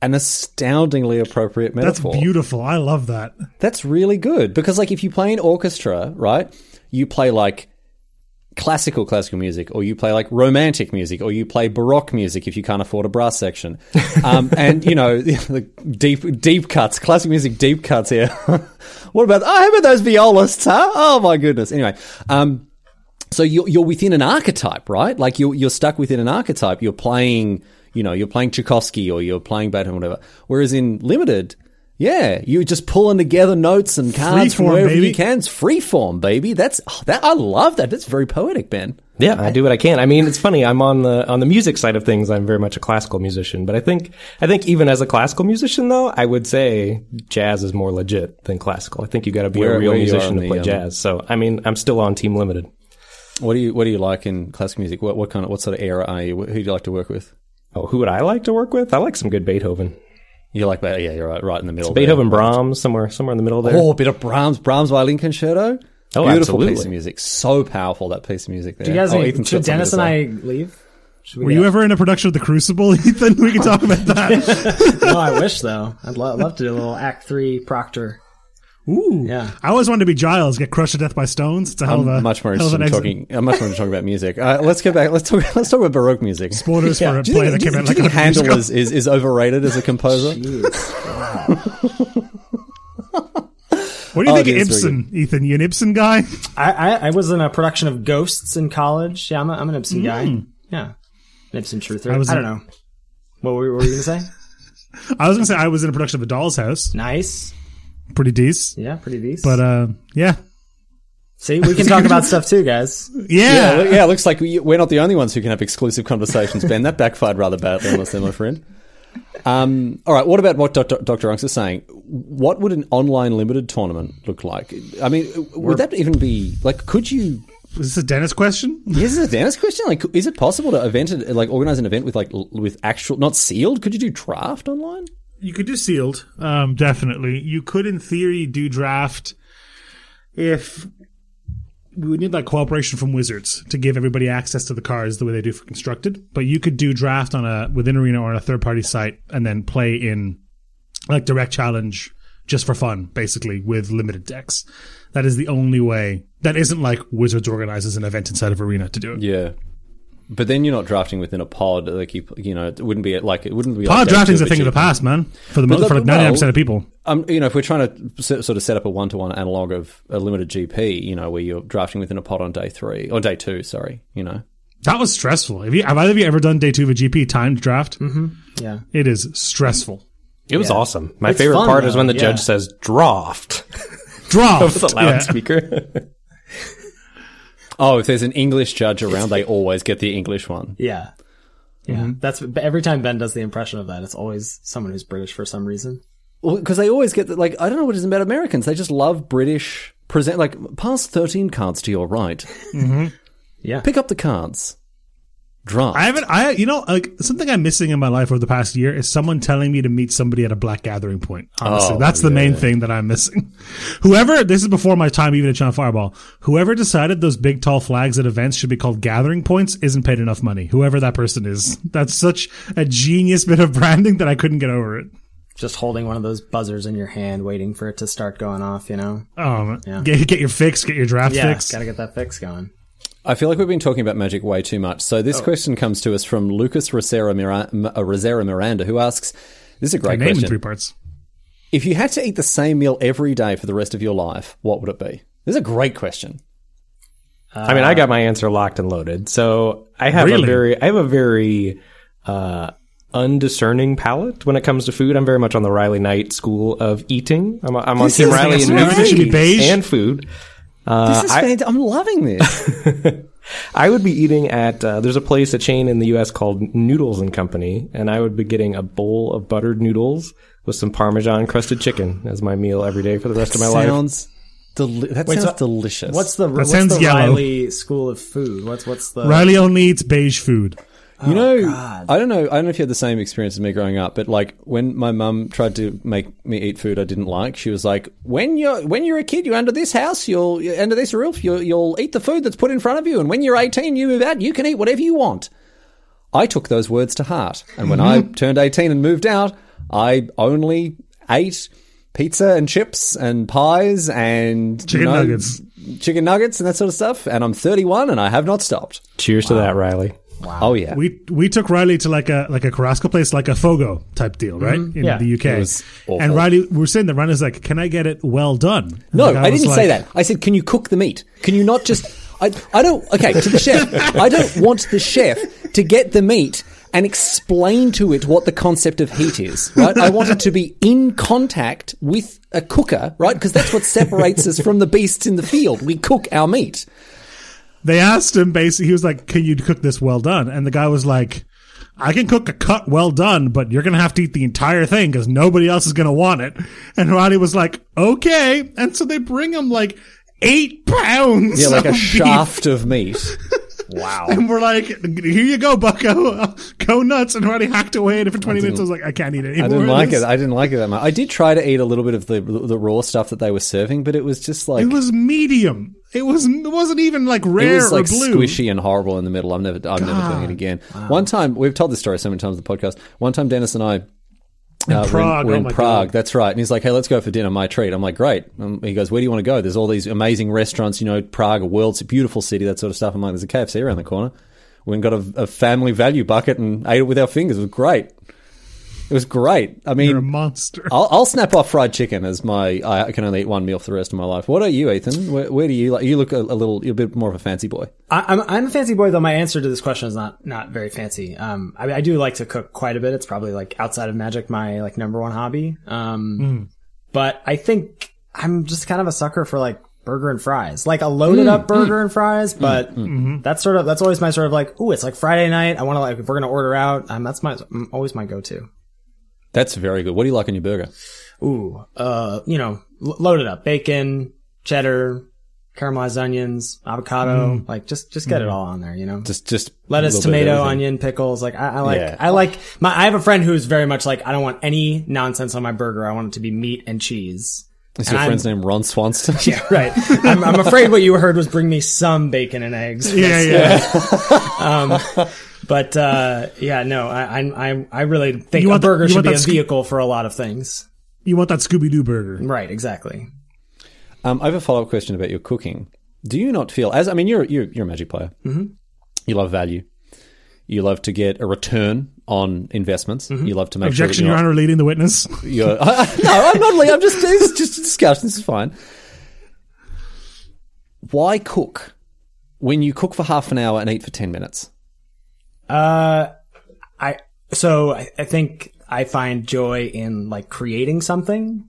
S1: an astoundingly appropriate
S2: That's
S1: metaphor.
S2: beautiful. I love that.
S1: That's really good because, like, if you play an orchestra, right, you play like classical classical music, or you play like romantic music, or you play baroque music if you can't afford a brass section, um, and you know the deep deep cuts, classic music deep cuts here. what about oh, how about those violists? Huh? Oh my goodness. Anyway, um, so you're, you're within an archetype, right? Like you're, you're stuck within an archetype. You're playing, you know, you're playing Tchaikovsky or you're playing Beethoven, whatever. Whereas in limited, yeah, you're just pulling together notes and cards from
S2: Freeform,
S1: wherever
S2: baby.
S1: you can. It's freeform, baby. That's oh, that. I love that. That's very poetic, Ben.
S4: Yeah, I do what I can. I mean, it's funny. I'm on the on the music side of things. I'm very much a classical musician, but I think I think even as a classical musician, though, I would say jazz is more legit than classical. I think you got to be
S1: Where-
S4: a real
S1: where you are
S4: musician
S1: on
S4: to play
S1: the, um,
S4: jazz. So, I mean, I'm still on Team Limited.
S1: What do you What do you like in classic music? What what kind of what sort of era are you? Who do you like to work with?
S4: Oh, who would I like to work with? I like some good Beethoven,
S1: You like Be- yeah, you're right, right in the middle.
S4: Beethoven, Brahms, somewhere somewhere in the middle there.
S1: There. Oh, a bit of Brahms, Brahms violin concerto.
S4: Oh,
S1: Beautiful
S4: absolutely.
S1: piece of music. So powerful that piece of music. There.
S3: Do you guys
S1: oh,
S3: need-
S1: Ethan's got
S3: should
S1: something
S3: Dennis
S1: to
S3: and
S1: say.
S3: I leave? Should
S2: Were you ever in a production of The Crucible, Ethan? We can talk about that.
S3: no, I wish though. I'd lo- love to do a little Act Three Proctor.
S2: Ooh,
S3: Yeah.
S2: I always wanted to be Giles, get crushed to death by stones. It's a hell of a
S1: I'm much more
S2: hell of
S1: interested
S2: an
S1: in
S2: exit.
S1: talking. I'm much more interested in talking about music. Uh, let's go back. Let's talk. Let's talk about Baroque music.
S2: Spoilers for a
S1: Do you
S2: play
S1: think,
S2: that
S1: do you
S2: came out
S1: think
S2: like a hundred
S1: Handel
S2: years ago.
S1: is, is, is overrated as a composer?
S3: Jeez.
S2: What do
S1: Oh,
S2: you think
S1: it
S2: of
S1: is very
S2: Ibsen, Ethan? You an Ibsen guy?
S3: I, I I was in a production of Ghosts in college. Yeah, I'm, a, I'm an Ibsen guy. Yeah, an Ibsen truther.
S2: Hmm.
S3: I,
S2: I was
S3: don't
S2: in-
S3: know. What were, what were you gonna say?
S2: I was gonna say I was in a production of A Doll's House.
S3: nice.
S2: Pretty decent,
S3: Yeah, pretty decent.
S2: but uh, yeah,
S3: See, we can talk about stuff too, guys.
S1: Yeah,
S2: yeah.
S1: look- yeah. It looks like we- we're not the only ones who can have exclusive conversations, Ben. That backfired rather badly on us, there, my friend. Um, all right. What about what Dr. Dr. Unks is saying? What would an online limited tournament look like? I mean, would that even be like? Could you?
S2: Is this a Dennis question?
S1: Is this a Dennis question? Like, is it possible to event it? Like, organize an event with like l- with actual, not sealed? Could you do draft online?
S2: You could do sealed, um, definitely. You could, in theory, do draft if we would need like cooperation from wizards to give everybody access to the cards the way they do for constructed. But you could do draft on a within arena or on a third party site and then play in like direct challenge just for fun, basically with limited decks. That is the only way. That isn't like wizards organizes an event inside of arena to do it.
S1: Yeah. But then you're not drafting within a pod. Like you, you know, it wouldn't be like it wouldn't be.
S2: Pod
S1: like day
S2: drafting's
S1: two,
S2: a thing of the
S1: but you-
S2: past, man. For the most,
S1: look,
S2: for like
S1: well-
S2: ninety nine percent of people.
S1: Um, you know, if we're trying to se- sort of set up a one-to-one analog of a limited GP, you know, where you're drafting within a pod on day three or day two, sorry, you know,
S2: That was stressful. Have, you, have either of you ever done day two of a GP timed draft?
S3: Yeah.
S2: It is stressful.
S4: It was awesome. My
S3: It's
S4: favorite
S3: fun,
S4: part is
S3: though.
S4: when the
S3: Yeah.
S4: judge says "draft"
S2: Draft.
S4: with the
S2: Yeah.
S4: loudspeaker.
S1: oh, if there's an English judge around, they always get the English one.
S3: Yeah. Yeah.
S2: Mm-hmm.
S3: That's but every time Ben does the impression of that, it's always someone who's British for some reason.
S1: because they always get the, like I don't know what it is about Americans. They just love British present. Like pass thirteen cards to your right,
S3: Yeah.
S1: pick up the cards. draft.
S2: I haven't. I you know like something I'm missing in my life over the past year is someone telling me to meet somebody at a black gathering point. Honestly,
S1: Oh,
S2: that's the
S1: yeah.
S2: main thing that I'm missing. Whoever this is before my time even at China Fireball. Whoever decided those big tall flags at events should be called gathering points isn't paid enough money. Whoever that person is, that's such a genius bit of branding that I couldn't get over it.
S3: Just holding one of those buzzers in your hand, waiting for it to start going off. You know.
S2: Um, get, get your fix, get your draft
S3: Yeah.
S2: fix.
S3: Gotta get that fix going.
S1: I feel like we've been talking about magic way too much. So this question comes to us from Lucas Rosera, Mira- M- uh, Rosera Miranda, who asks, "This is a great
S2: Name in
S1: question.
S2: three parts.
S1: If you had to eat the same meal every day for the rest of your life, what would it be?" This is a great question.
S4: I mean, I got my answer locked and loaded. So I have
S2: Um, Really?
S4: a very, I have a very uh, undiscerning palate when it comes to food. I'm very much on the Riley Knight school of eating. I'm, I'm on
S1: This
S4: Tim
S1: is
S4: Riley in
S1: amazing.
S4: movies
S2: Everything should be beige.
S4: and food.
S1: this is fantastic. I'm loving this.
S4: I would be eating at uh, there's a place a chain in the U.S. called Noodles and Company, and I would be getting a bowl of buttered noodles with some Parmesan crusted chicken as my meal every day for the rest of my life.
S1: sounds deli- that sounds
S3: so-
S1: delicious.
S3: What's the what's
S2: sounds
S3: the
S2: yellow.
S3: Riley School of Food? What's what's the
S2: Riley only eats beige food. Oh,
S1: You know, I don't know. I don't know if you had the same experience as me growing up, but like when my mum tried to make me eat food I didn't like, she was like, "When you're when you're a kid, you're under this house, you'll you're under this roof, you'll you'll eat the food that's put in front of you, and when you're 18, you move out, you can eat whatever you want." I took those words to heart, and when I
S2: Mm-hmm.
S1: turned 18 and moved out, I only ate pizza and chips and pies and
S2: Chicken nuggets.
S1: chicken nuggets, and that sort of stuff. And I'm 31, and I have not stopped.
S4: Cheers to that, Riley.
S1: Oh yeah,
S2: we we took Riley to like a like a Carrasco place, like a Fogo type deal, right?
S1: Mm-hmm.
S2: In
S3: Yeah.
S2: the UK.
S1: was awful.
S2: and Riley, we were saying that Riley's like, "Can I get it well done?"
S1: No,
S2: And
S1: I,
S2: was
S1: didn't
S2: like,
S1: say that. I said, can you cook the meat? Can you not just? I, I don't. Okay, to the chef, I don't want the chef to get the meat and explain to it what the concept of heat is. Right? I want it to be in contact with a cooker, right? Because that's what separates us from the beasts in the field. We cook our meat.
S2: They asked him basically. He was like, "Can you cook this well done?" And the guy was like, "I can cook a cut well done, but you're gonna have to eat the entire thing because nobody else is gonna want it." And Riley was like, "Okay." And so they bring him like eight pounds,
S1: Yeah, like a
S2: of beef.
S1: shaft of meat.
S2: And we're like, "Here you go, Bucko, go nuts!" And Riley hacked away at it for twenty minutes. I was like, "I can't eat it anymore."
S1: I didn't like
S2: This-
S1: it. I didn't like it that much. I did try to eat a little bit of the the raw stuff that they were serving, but it was just like
S2: It was medium. It was it wasn't even like
S1: It
S2: rare
S1: was like
S2: or blue.
S1: squishy and horrible in the middle. I'm never, I'm never doing it again. One time, we've told this story so many times on the podcast. One time, Dennis and I. uh, were
S2: Prague,
S1: in, were
S2: oh
S1: in
S2: my
S1: Prague.
S2: God.
S1: That's right. And he's like, "Hey, let's go for dinner. My treat." I'm like, "Great." Um, he goes, "Where do you want to go?" There's all these amazing restaurants. You know, Prague, a world's a beautiful city, that sort of stuff. I'm like, "There's a KFC around the corner." We went and got a, a family value bucket and ate it with our fingers. It was great. It was great. I
S2: You're a
S1: mean,
S2: monster.
S1: I'll, I'll snap off fried chicken as my. I can only eat one meal for the rest of my life. What are you, Ethan? Where, where do you like? You look a, a little, you're a bit more of a fancy boy.
S3: I, I'm I'm a fancy boy though. My answer to this question is not not very fancy. Um, I, I do like to cook quite a bit. It's probably like outside of magic, my like number one hobby. Um,
S2: Hmm.
S3: but I think I'm just kind of a sucker for like burger and fries, like a loaded
S2: Hmm.
S3: up burger and fries. But
S2: Mm-hmm.
S3: that's sort of that's always my sort of like, ooh, it's like Friday night. I want to like if we're gonna order out. Um, that's my mm, always my go to.
S1: That's very good. What do you like on your burger?
S3: Ooh, uh, you know, lo- loaded up bacon, cheddar, caramelized onions, avocado. Like just just get it all on there. You know,
S1: Just, just a
S3: lettuce,
S1: little bit of
S3: tomato,
S1: everything.
S3: onion, pickles. Like I, I like,
S1: Yeah.
S3: I like my. I have a friend who's very much like I don't want any nonsense on my burger. I want it to be meat and cheese.
S1: Is your
S3: I'm-
S1: friend's name Ron Swanston?
S3: Yeah, right. I'm, I'm afraid what you heard was bring me some bacon and eggs.
S2: yeah, yeah.
S3: But uh, yeah, no, I, I, I- I really think
S2: You
S3: a
S2: want the-
S3: burger
S2: you
S3: should
S2: want
S3: be a
S2: that sc-
S3: vehicle for a lot of things.
S2: you want that Scooby Doo burger?
S3: Right, exactly.
S1: Um, I have a follow up question about your cooking. Do you not feel as I mean, you're you're, you're a magic player. Mm-hmm. You love value. You love to get a return on investments.
S3: Mm-hmm.
S1: You love to make
S2: Objection,
S1: sure
S2: Your
S1: that
S2: Honor, leading the witness.
S1: you're, you're no, I'm not. lea- I'm just this is just a discussion. This is fine. Why cook when you cook for half an hour and eat for ten minutes?
S3: Uh, I so I, I think I find joy in like creating something.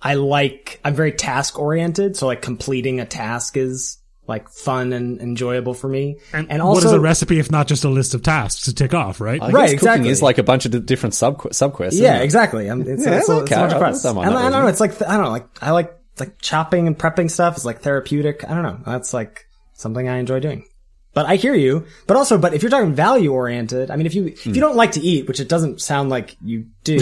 S3: I like I'm very task oriented, so like completing a task is like fun and enjoyable for me. And, also
S2: what is a recipe if not just a list of tasks to tick off? Right.
S1: I
S3: Right,
S1: guess cooking
S3: exactly.
S1: is like a bunch of di- different sub subquests. isn't
S3: yeah,
S1: it?
S3: exactly. I'm, it's,
S1: Yeah,
S3: it's, a- it's
S1: okay,
S3: a bunch
S1: I-
S3: of press.
S1: I
S3: And
S1: don't
S3: I,
S1: mind that
S3: I don't
S1: reason.
S3: know. It's like I don't know. Like I like like chopping and prepping stuff. It's like therapeutic. I don't know. That's like something I enjoy doing. But I hear you. But also, but if you're talking value oriented, I mean, if you if
S1: Hmm.
S3: you don't like to eat, which it doesn't sound like you do,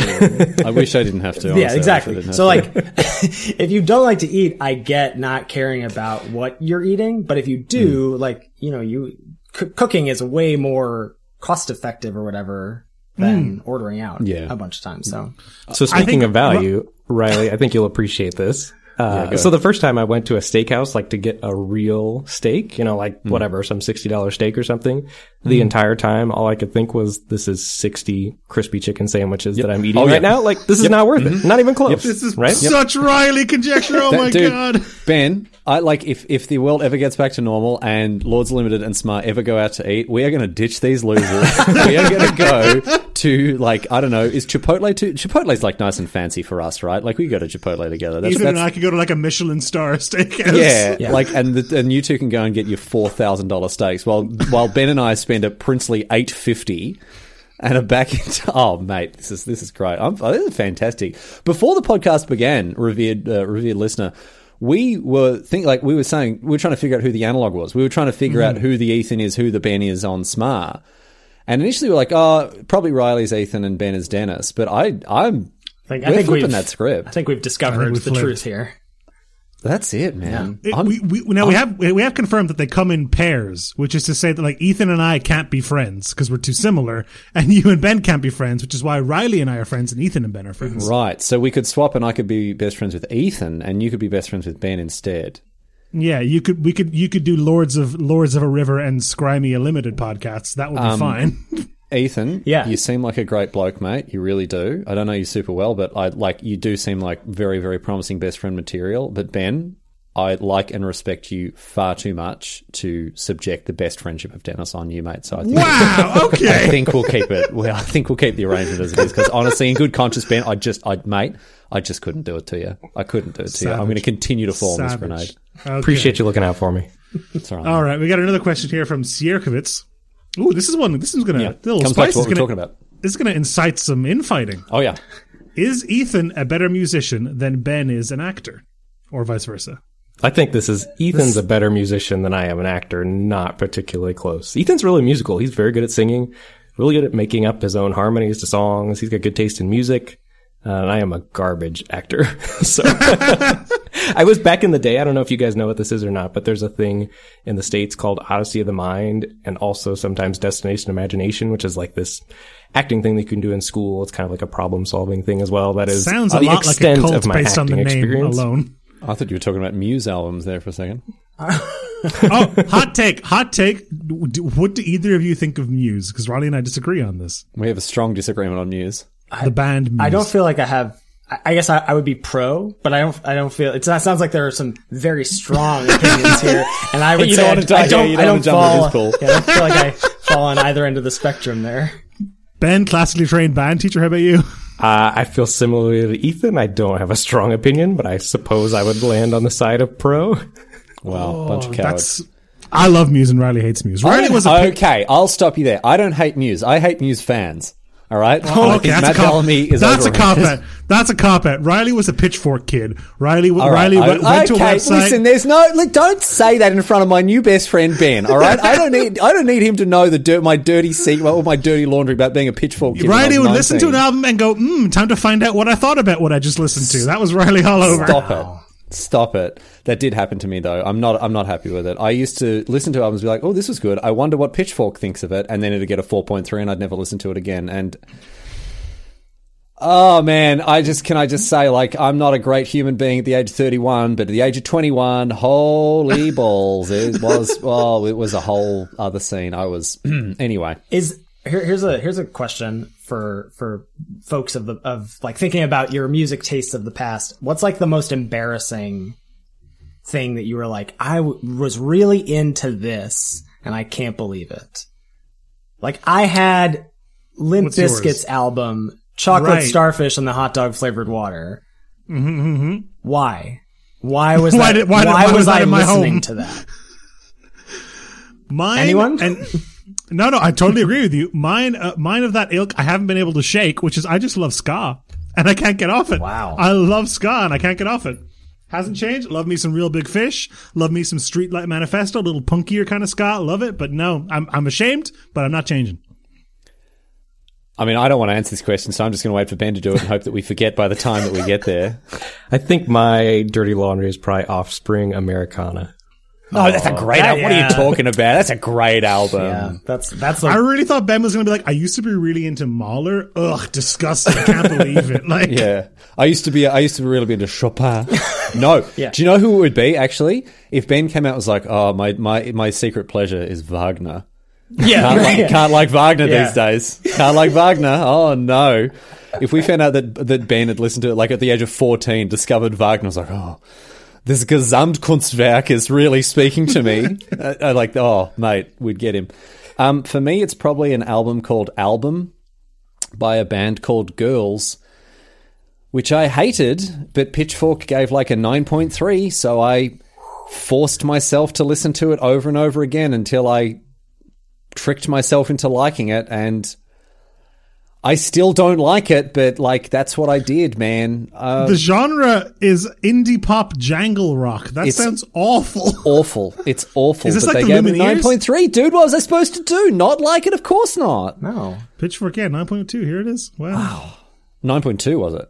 S1: I wish I didn't have to. honestly. I
S3: yeah,
S1: wish I
S3: exactly.
S1: didn't have
S3: So
S1: to.
S3: like, if you don't like to eat, I get not caring about what you're eating. But if you do,
S1: Hmm.
S3: like, you know, you c- cooking is way more cost effective or whatever than ordering out
S1: Hmm. Yeah.
S3: a bunch of times. So
S4: So speaking
S2: think-
S4: of value, Riley, I think you'll appreciate this. Uh, so the first time I went to a steakhouse, like to get a real steak, you know,
S2: Hmm.
S4: like whatever, some sixty dollar steak or something. The entire time, all I could think was, "This is sixty crispy chicken sandwiches that I'm eating
S1: Oh,
S4: right
S1: yeah.
S4: now. Like this is not worth it. Not even close.
S2: Mm-hmm. This is
S4: right.
S2: such Riley conjecture. Oh
S1: That-
S2: my
S1: dude,
S2: god.
S1: Ben, I like if if the world ever gets back to normal and Lords Limited and Smart ever go out to eat, we are going to ditch these losers. we are going to go to like I don't know, is Chipotle too? Chipotle's like nice and fancy for us, right? Like we go to Chipotle together. That's,
S2: Ethan and I
S1: that's
S2: could go to like a Michelin star steakhouse.
S1: yeah, like and the, and you two can go and get your four thousand dollar steaks while while Ben and I spend a princely eight fifty. And are back into oh mate, this is this is great. I'm, oh, this is fantastic. Before the podcast began, revered uh, revered listener, we were think like we were saying we were trying to figure out who the analog was. We were trying to figure out who the Ethan is, who the Ben is on Smar. And initially, we are like, oh, probably Riley's Ethan and Ben is Dennis. But I, I'm,
S3: I think,
S1: we're flipping that script.
S3: I think we've discovered
S2: we've
S3: the
S2: flipped.
S3: truth here.
S1: that's it, man.
S2: It-
S1: I'm-
S2: we, we, now we have we have confirmed that they come in pairs, which is to say that like Ethan and I can't be friends because we're too similar, and you and Ben can't be friends, which is why Riley and I are friends and Ethan and Ben are friends.
S1: Right. So we could swap, and I could be best friends with Ethan, and you could be best friends with Ben instead.
S2: Yeah, you could we could you could do Lords of Lords of a River and Scrimey Limited podcasts. That would
S1: Um,
S2: be fine.
S1: Ethan,
S3: Yeah.
S1: you seem like a great bloke, mate. You really do. I don't know you super well, but I like you do seem like very, very promising best friend material. But Ben, I like and respect you far too much to subject the best friendship of Dennis on you, mate. So I think
S2: wow.
S1: I
S2: Okay.
S1: think we'll keep it. Well, I think we'll keep the arrangement as it is because honestly, in good conscience, Ben, I just, I mate, I just couldn't do it to you. I couldn't do it to you. I'm
S2: Savage.
S1: going to continue to fall on this
S2: Savage.
S1: grenade.
S2: Okay.
S4: Appreciate you looking out for me.
S1: It's all right.
S2: All right, we got another question here from Sierkiewicz. Ooh, this is one. This is gonna
S1: Yeah.
S2: little
S1: Comes back
S2: spice
S1: to what
S2: is
S1: we're
S2: gonna,
S1: talking about.
S2: This is gonna incite some infighting.
S1: Oh yeah.
S2: Is Ethan a better musician than Ben is an actor, or vice versa?
S4: I think this is Ethan's a better musician than I am an actor, not particularly close. Ethan's really musical. He's very good at singing, really good at making up his own harmonies to songs. He's got good taste in music. Uh, and I am a garbage actor. so I was back in the day. I don't know if you guys know what this is or not, but there's a thing in the States called Odyssey of the Mind and also sometimes Destination Imagination, which is like this acting thing that you can do in school. It's kind of like a problem solving thing as well. That is uh,
S2: Sounds a
S4: the
S2: lot like a
S4: extent
S2: cult
S4: of my
S2: based on the name
S4: acting experience.
S2: alone.
S1: I thought you were talking about Muse albums there for a second.
S2: Oh, hot take, hot take. Do- What do either of you think of Muse? Because Riley and I disagree on this.
S1: We have a strong disagreement on Muse.
S2: The band Muse.
S3: I don't feel like I have. I I guess I, I would be pro, but I don't. I don't feel. It's, it sounds like there are some very strong opinions here, and I would
S1: You
S3: say
S1: don't wanna die-
S3: I don't.
S1: yeah, you
S3: I
S1: don't
S3: don't
S1: wanna
S3: fall.
S1: jump in his pool.
S3: Yeah, I don't feel like I fall on either end of the spectrum there.
S2: Ben, classically trained band teacher. How about you?
S4: Uh, I feel similarly to Ethan. I don't have a strong opinion, but I suppose I would land on the side of pro.
S1: Wow, bunch of cowards.
S2: Oh, That's. I love Muse and Riley hates Muse. Riley was a pick-
S1: Oh, okay, I'll stop you there. I don't hate Muse. I hate Muse fans. All right.
S2: Oh,
S1: I
S2: okay,
S1: think
S2: that's
S1: Matt
S2: a cop.
S1: Bellamy is
S2: that's a
S1: overrated.
S2: cop out. That's a cop out. Riley was a pitchfork kid. Riley,
S1: All right,
S2: Riley
S1: I-
S2: went, went to a
S1: okay,
S2: website.
S1: listen. There's no. li- Don't say that in front of my new best friend Ben. All right. I don't need. I don't need him to know the dirt, my dirty secret, all my dirty laundry about being a pitchfork. kid when I
S2: Riley
S1: was
S2: would listen to an
S1: 19.
S2: album and go, "Hmm, time to find out what I thought about what I just listened to." That was Riley all over.
S1: Stop it. Stop it. That did happen to me though. I'm not I'm not happy with it. I used to listen to albums and be like, "Oh, this was good. I wonder what Pitchfork thinks of it." And then it'd get a 4.3 and I'd never listen to it again. And Oh man, I just can I just say like I'm not a great human being at the age of 31, but at the age of 21, holy balls, it was well, it was a whole other scene. I was anyway.
S3: Is here, here's a here's a question for for folks of the of like thinking about your music tastes of the past. What's like the most embarrassing thing that you were like, I w- was really into this, and I can't believe it. Like I had Limp
S2: What's yours?
S3: Bizkit's album, Chocolate
S2: Right.
S3: Starfish, and the hot dog flavored water. Mm-hmm, Why? Why was
S2: Why
S3: that?
S2: did- why did- why
S3: was,
S2: was that
S3: I
S2: in my
S3: listening
S2: home?
S3: to that?
S2: Mine
S3: Anyone?
S2: and no, no, I totally agree with you. Mine, uh, mine of that ilk, I haven't been able to shake, which is I just love ska and I can't get off it.
S3: Wow.
S2: I love ska and I can't get off it. Hasn't changed. Love me some real big fish. Love me some Streetlight Manifesto. A little punkier kind of Scott. Love it. But no, I'm I'm ashamed, but I'm not changing.
S1: I mean, I don't want to answer this question, so I'm just going to wait for Ben to do it and hope that we forget by the time that we get there.
S4: I think my dirty laundry is probably Offspring Americana.
S1: Oh, that's a great album. What are
S3: yeah.
S1: you talking about? That's a great album.
S3: Yeah, that's that's
S2: I
S3: like
S2: really thought Ben was going to be like, I used to be really into Mahler. Ugh, disgusting. I can't believe it. Like,
S1: Yeah. I used to be I used to really be into Chopin. No. Do you know who it would be actually? If Ben came out and was like, "Oh, my my my secret pleasure is Wagner."
S3: yeah,
S1: Can't like,
S3: right.
S1: can't like Wagner
S3: Yeah.
S1: these days. Can't like Wagner. Oh no. If we found out that that Ben had listened to it like at the age of 14, discovered Wagner, I was like, "Oh, this Gesamtkunstwerk is really speaking to me." I, I like, "Oh, mate, we'd get him." Um, for me, it's probably an album called Album by a band called Girls which I hated, but Pitchfork gave like a 9.3, so I forced myself to listen to it over and over again until I tricked myself into liking it and I still don't like it, but like that's what I did, man. Uh,
S2: the genre is indie pop jangle rock. That
S1: It's-
S2: sounds awful.
S1: awful. It's awful.
S2: Is this
S1: but
S2: like
S1: they
S2: the
S1: gave it
S2: Lumineers?
S1: 9.3. Dude, what was I supposed to do? Not like it? Of course not.
S3: no,
S2: Pitchfork, yeah, 9.2. Here it is. Wow.
S1: 9.2 was it?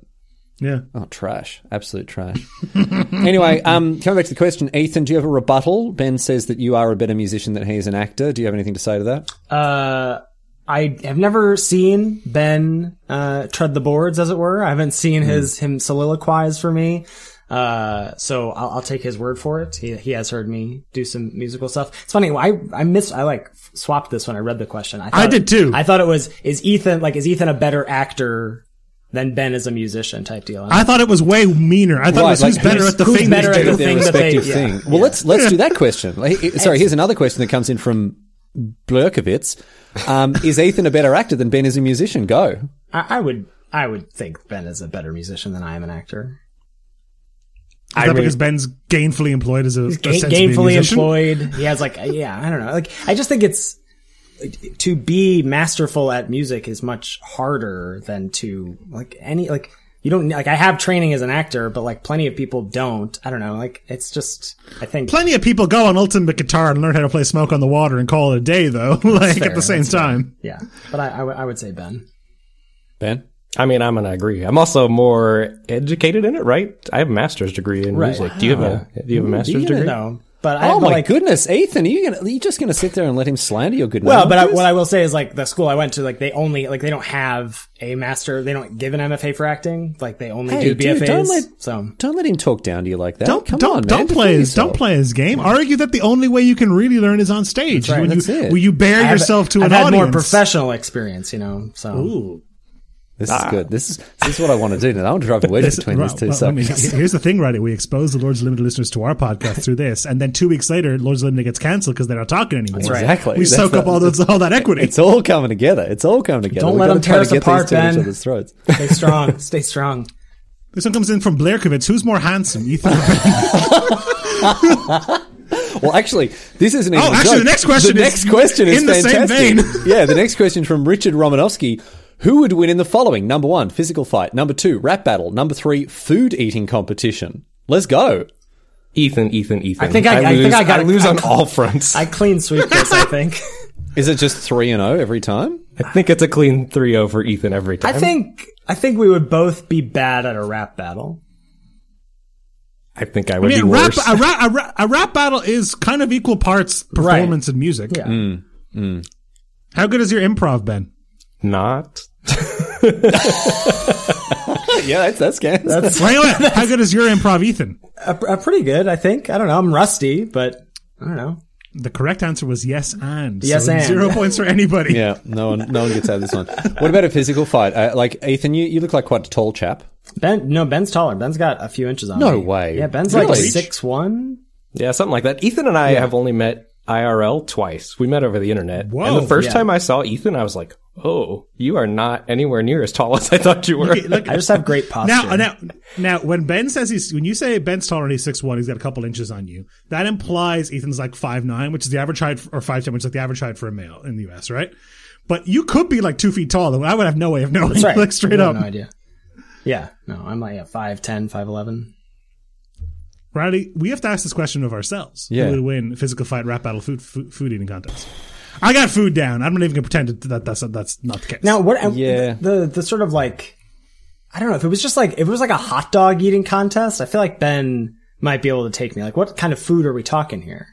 S2: Yeah.
S1: Oh, trash. Absolute trash. anyway, um, coming back to the question, Ethan, do you have a rebuttal? Ben says that you are a better musician than he is an actor. Do you have anything to say to that?
S3: uh, I have never seen Ben uh, tread the boards, as it were. I haven't seen his
S2: Hmm.
S3: him soliloquize for me. Uh, so I'll, I'll take his word for it. He, he has heard me do some musical stuff. It's funny. I, I missed, I like swapped this when I read the question. I, thought-
S2: did too.
S3: I thought it was, is Ethan, like, is Ethan a better actor than Ben is a musician type deal? And
S2: I thought it was way meaner. I thought it was
S1: Right,
S2: who's
S1: like,
S2: better
S1: who's-
S2: at the
S3: who's
S2: thing
S3: better
S2: they
S3: at
S2: do.
S3: the thing that they-
S1: Respective
S3: yeah,
S1: thing. well, let's let's do that question. Like, he- Sorry, here's another question that comes in from Blurkovitz. Um, is Ethan a better actor than Ben is a musician? Go.
S3: I, I would, I would think Ben is a better musician than I am an actor.
S2: Is that because Ben's gainfully employed as a, a
S3: Ga-
S2: sensibly
S3: gainfully
S2: musician?
S3: employed. He has like yeah, I don't know. Like I just think it's to be masterful at music is much harder than to like any like you don't like I have training as an actor, but like plenty of people don't. I don't know. Like it's just I think
S2: Plenty of people go on ultimate guitar and learn how to play "Smoke on the Water" and call it a day, though. like
S3: fair,
S2: at the same
S3: that's fair.
S2: time,
S3: yeah. But I I would- I would say Ben.
S1: Ben.
S4: I mean, I'm gonna agree. I'm also more educated in it, right? I have a master's degree in
S3: Right.
S4: music. Do you have a Do you have a master's degree?
S3: No, but I
S1: Oh
S3: but,
S1: my
S3: like,
S1: goodness, Ethan, are you gonna are you just gonna sit there and let him slander your good
S3: Well,
S1: name?
S3: uh, but I, what I will say is like the school I went to, like they only like they don't have a master. They don't give an MFA for acting. Like they only
S1: Hey,
S3: do BFAs.
S1: dude, don't let-
S3: so
S1: don't let him talk down to you like that.
S2: don't
S1: Come
S2: don't
S1: on, man.
S2: don't
S1: Defend
S2: play his
S1: yourself.
S2: don't play his game. Argue that the only way you can really learn is on stage.
S3: right,
S2: when
S1: that's
S2: you
S1: it.
S2: when you bare
S3: I have-
S2: yourself to
S3: I've
S2: an
S3: had
S2: audience.
S3: more professional experience, you know. So
S2: Ooh.
S1: This
S3: Ah.
S1: is good. This is this is what I want to do. Now I want to drive a wedge between
S2: Well,
S1: these two.
S2: well, I mean,
S1: suckers.
S2: here's the thing, right? We expose the Lord's Limited listeners to our podcast through this, and then two weeks later, Lord's Limited gets cancelled because they're not talking anymore.
S3: right.
S1: Exactly.
S2: We
S1: That's
S2: soak up
S1: the-
S2: all those all that equity.
S1: It's all coming together. It's all coming together.
S3: Don't
S1: We've
S3: let
S1: got
S3: them
S1: to try
S3: tear
S1: to
S3: us
S1: get
S3: apart,
S1: these two at
S3: Ben.
S1: each other's throats.
S3: stay strong, stay strong.
S2: This one comes in from Blairkovitz. Who's more handsome, Ethan?
S1: Well, actually, this isn't even.
S2: Oh,
S1: a
S2: actually,
S1: joke.
S2: the next question
S1: The
S2: is
S1: next question is
S2: in the same
S1: fantastic.
S2: vein.
S1: yeah, the next question from Richard Romanowski. Who would win in the following? Number one, physical fight. Number two, rap battle. Number three, food eating competition. Let's go.
S4: Ethan, Ethan, Ethan.
S3: think I- I think
S4: lose,
S3: I got-
S4: lose
S3: I-
S4: on all fronts.
S3: I
S4: I,
S3: clean sweep this. I think.
S1: Is it just three and zero every time?
S4: think it's a clean 3-0 for Ethan every
S3: I
S4: time.
S3: think. I think we would both be bad at a rap battle.
S4: I think I would
S2: I mean,
S4: be
S2: rap,
S4: worse.
S2: a, rap, a, rap, a rap battle is kind of equal parts performance and music.
S3: Yeah.
S1: Mm,
S2: How good is your improv, Ben?
S4: Not.
S1: yeah, that's that's scans.
S2: Well, anyway, how good is your improv, Ethan?
S3: A, a pretty good, I think. I don't know. I'm rusty, but I don't know.
S2: The correct answer was yes and.
S3: Yes
S2: so
S3: and.
S2: Zero points for anybody.
S1: yeah, no one no one gets out of this one. What about a physical fight? Uh, like Ethan, you, you look like quite a tall chap.
S3: Ben, no, Ben's taller. Ben's got a few inches on.
S1: No
S3: me.
S1: way.
S3: Yeah, Ben's like
S1: Really?
S3: six one.
S4: Yeah, something like that. Ethan and I have only met IRL twice. We met over the internet.
S2: Whoa.
S4: and the first
S3: Yeah.
S4: time I saw Ethan, I was like, "Oh, you are not anywhere near as tall as I thought you were."
S3: I just have great posture.
S2: Now, now, now, when Ben says he's, when you say Ben's taller and he's six one, he's got a couple inches on you. That implies Ethan's like five nine, which is the average height, for, or five ten, which is like the average height for a male in the U.S. Right? But you could be like two feet tall, and I would have no way of knowing.
S3: That's right.
S2: like straight
S3: I
S2: up,
S3: have No idea. Yeah. No, I'm like yeah, five ten, five eleven.
S2: Riley, we have to ask this question of ourselves.
S1: Yeah.
S2: Who would win physical fight, rap battle, food, food, food eating contest? I got food down. I'm not even going to pretend that- that that's, that's not the case.
S3: Now, what?
S1: Yeah.
S3: The the sort of like, I don't know if it was just like if it was like a hot dog eating contest. I feel like Ben might be able to take me. Like, what kind of food are we talking here?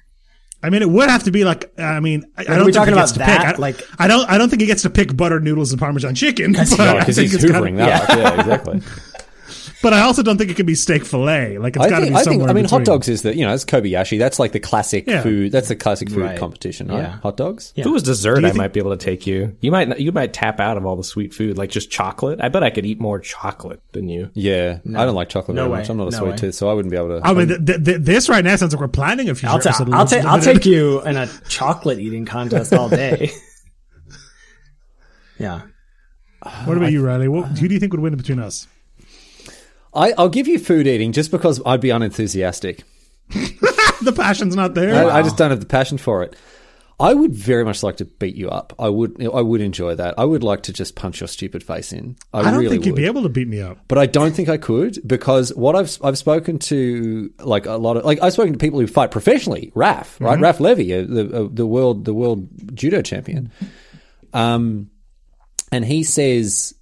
S2: I mean, it would have to be like. I mean, I, I don't.
S3: we
S2: think
S3: talking
S2: he gets
S3: about
S2: to
S3: that?
S2: Pick. I,
S3: Like-
S2: I don't. I don't think he gets to pick butter noodles and Parmesan chicken. Because
S4: Because he's hoovering that up. Yeah, exactly.
S2: But I also don't think it can be steak fillet. Like it's
S1: I
S2: got to
S1: think,
S2: be
S1: I
S2: somewhere.
S1: think. I
S2: in
S1: mean, hot
S2: between.
S1: dogs is the you know it's Kobayashi. That's like the classic
S2: Yeah.
S1: food. That's the classic food
S3: Right.
S1: competition, right?
S3: Yeah.
S1: Hot dogs.
S4: If it was dessert, I
S2: think-
S4: might be able to take you. You might not- you might tap out of all the sweet food, like just chocolate. I bet I could eat more chocolate than you.
S1: Yeah, I don't like chocolate
S3: No
S1: very
S3: way.
S1: much. I'm not a
S3: No
S1: sweet
S3: way.
S1: tooth, so I wouldn't be able to.
S2: I mean, th- th- th- this right now sounds like we're planning a future
S3: I'll, ta-
S2: episode. of
S3: I'll, ta-
S2: Lost
S3: I'll
S2: and
S3: take
S2: Loaded.
S3: you in a chocolate eating contest all day. yeah.
S2: What about you, Riley? What, who do you think would win between us?
S1: I, I'll give you food eating just because I'd be unenthusiastic.
S2: The passion's not
S1: I,
S2: there.
S1: I just don't have the passion for it. I would very much like to beat you up. I would. I would enjoy that. I would like to just punch your stupid face in. I,
S2: I don't
S1: really
S2: think you'd
S1: would.
S2: be able to beat me up.
S1: but I don't think I could because what I've I've spoken to like a lot of like I've spoken to people who fight professionally. Raf, right? Raf Levy, uh, the uh, the world the world judo champion, um, and he says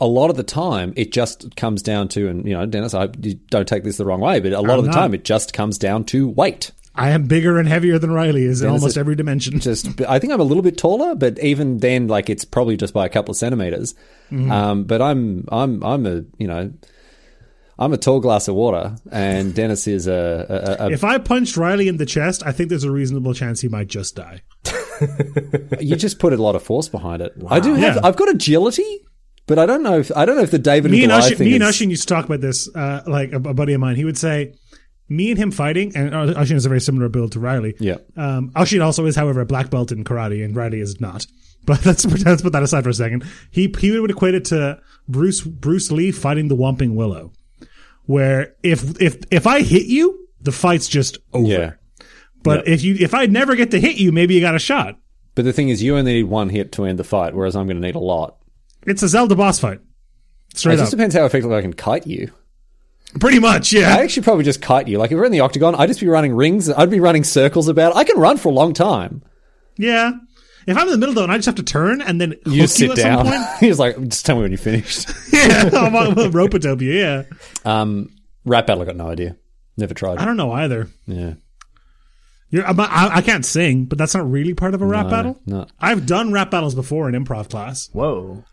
S1: a lot of the time it just comes down to and you know Dennis, I you don't take this the wrong way, but a lot of the
S2: not.
S1: time it just comes down to weight.
S2: I am bigger and heavier than Riley is in almost
S1: it-
S2: every dimension.
S1: Just I think I'm a little bit taller, but even then, like it's probably just by a couple of centimeters.
S2: Mm-hmm.
S1: Um, but I'm I'm I'm a you know. I'm a tall glass of water, and Dennis is a, a, a,
S2: If I punched Riley in the chest, I think there's a reasonable chance he might just die.
S1: a- You just put a lot of force behind it. I do have.
S2: Yeah.
S1: I've got agility, but I don't know. If, I don't know if the David
S2: me
S1: and
S2: and
S1: Goliath
S2: Ushin,
S1: thing
S2: me and
S1: is-
S2: Ushin used to talk about this. Uh, like a, a buddy of mine, he would say, "Me and him fighting." And uh, Ushin is a very similar build to Riley.
S1: Yeah.
S2: Um, Ushin also is, however, a black belt in karate, and Riley is not. But let's let's put that aside for a second. He he would equate it to Bruce Bruce Lee fighting the Whomping Willow, where if if if I hit you, the fight's just over.
S1: Yeah,
S2: But if you if I never get to hit you, maybe you got a shot.
S1: but the thing is, you only need one hit to end the fight, whereas I'm going to need a lot.
S2: It's a Zelda boss fight.
S1: It
S2: Straight up.
S1: just depends how effectively I can kite you.
S2: Pretty much, yeah.
S1: I actually probably just kite you. Like if we're in the octagon, I'd just be running rings. I'd be running circles about. I can run for a long time.
S2: Yeah. If I'm in the middle though, and I just have to turn and then hook
S1: you sit
S2: at
S1: down.
S2: some point,
S1: He was like, just tell me when you finished.
S2: yeah, I'm on a rope dope you. Yeah,
S1: Um, rap battle, I got no idea. Never tried.
S2: I don't know either.
S1: yeah.
S2: You're, I'm, I, I can't sing, but that's not really part of a rap battle.
S1: no.
S2: I've done rap battles before in improv class,
S3: Whoa.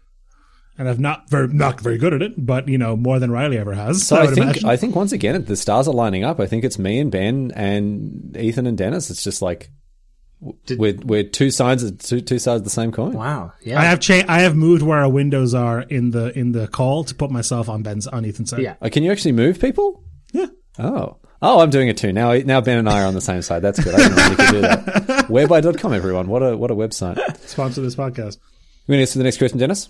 S2: and I've not very not very good at it, but you know more than Riley ever has.
S1: So
S2: I
S1: I,
S2: would
S1: think
S2: imagine.
S1: I think once again the stars are lining up. I think it's me and Ben and Ethan and Dennis. It's just like w- we're we're two sides of two, two sides of the same coin.
S3: Wow. Yeah.
S2: I have cha- I have moved where our windows are in the in the call to put myself on Ben's on Ethan's side.
S3: Yeah.
S1: Uh, can you actually move people?
S2: yeah.
S1: Oh. Oh, I'm doing it too. Now now Ben and I are on the same side. That's good. I didn't know you could do that. Whereby.com, everyone. What a what a website.
S2: Sponsor this podcast.
S1: We're gonna answer the next question, Dennis.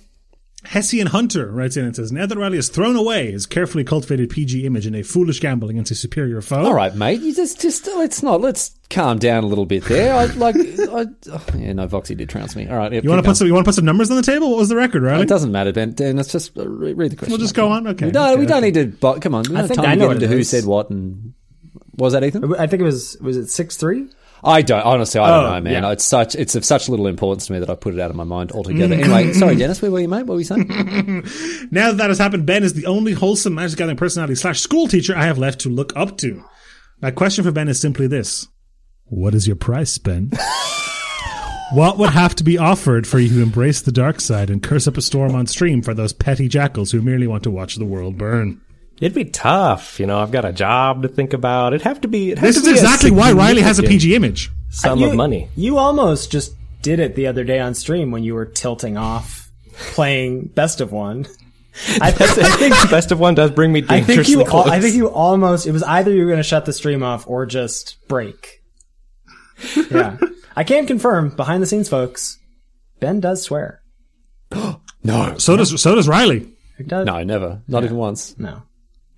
S2: Hessian Hunter writes in and says, Now that Riley has thrown away his carefully cultivated PG image in a foolish gamble against a superior foe.
S1: All right, mate. You just, just let's not let's calm down a little bit there. I like, I, oh, yeah, no, Voxy did trounce me. All right,
S2: You want to put some? You want to put some numbers on the table? What was the record, Riley?
S1: It doesn't matter, Ben. Dan, let's just uh, re- read the question.
S2: We'll just go on. Okay.
S1: No,
S2: okay,
S1: we don't
S2: okay.
S1: need to. Bo- come on, we don't have
S3: think
S1: time
S3: I
S1: to
S3: know
S1: get
S3: what
S1: into
S3: it
S1: who
S3: is.
S1: said what and what was that Ethan?
S3: I think it was was it six three.
S1: I don't honestly. I don't
S3: Oh,
S1: know, man.
S3: yeah.
S1: It's such it's of such little importance to me that I put it out of my mind altogether.
S2: Mm.
S1: anyway, sorry, Dennis. Where were you, mate? What were you saying?
S2: Now that that has happened, Ben is the only wholesome Magic Gathering personality slash school teacher I have left to look up to. My question for Ben is simply this: What is your price, Ben? what would have to be offered for you to embrace the dark side and curse up a storm on stream for those petty jackals who merely want to watch the world burn?
S4: It'd be tough, you know. I've got a job to think about. It'd have to be. It'd have
S2: This
S4: to
S2: is
S4: be a
S2: exactly why Riley has a
S4: significant
S2: PG image.
S4: sum
S3: Uh, you,
S4: of money.
S3: You almost just did it the other day on stream when you were tilting off playing best of one. I,
S4: I think the best of one does bring me
S3: I
S4: dangerously
S3: think you.
S4: close.
S3: Al- I think you almost. It was either you were going to shut the stream off or just break. Yeah, I can confirm behind the scenes, folks. Ben does swear.
S1: no,
S2: So does so does Riley.
S3: He does-
S1: no, never. Not even once.
S3: no.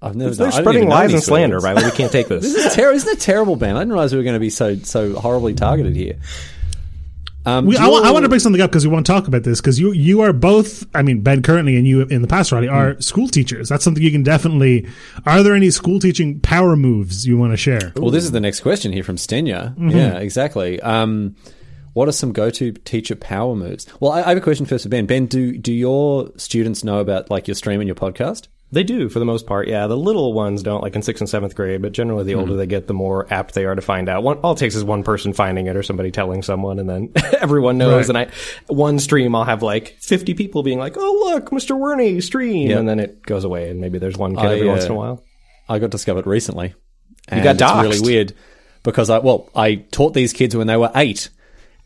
S1: I've never.
S4: They're
S1: I didn't
S4: spreading
S1: even know
S4: lies
S1: these
S4: and slander,
S1: words.
S4: Riley. We can't take this.
S1: This is ter- isn't it terrible, Ben? I didn't realize we were going to be so so horribly targeted here. Um,
S2: We, I,
S1: dual-
S2: want, I want to bring something up because we want to talk about this because you you are both I mean Ben currently and you in the past Roddy are
S1: Mm.
S2: school teachers. That's something you can definitely. Are there any school teaching power moves you want to share?
S1: Well, this is the next question here from Stenya.
S4: Mm-hmm.
S1: Yeah, exactly. Um, what are some go-to teacher power moves? Well, I, I have a question first for Ben. Ben, do do your students know about like your stream and your podcast?
S4: They do for the most part. Yeah, the little ones don't, like in sixth and seventh grade. But generally, the older they get, the more apt they are to find out. One, all it takes is one person finding it or somebody telling someone, and then everyone knows.
S2: Right.
S4: And I, one stream, I'll have like fifty people being like, "Oh, look, Mr. Werney stream," and then it goes away, and maybe there's one kid
S1: I,
S4: every once
S1: uh,
S4: in a while.
S1: I got discovered recently. And
S4: got doxxed.
S1: It's really weird because I well, I taught these kids when they were eight,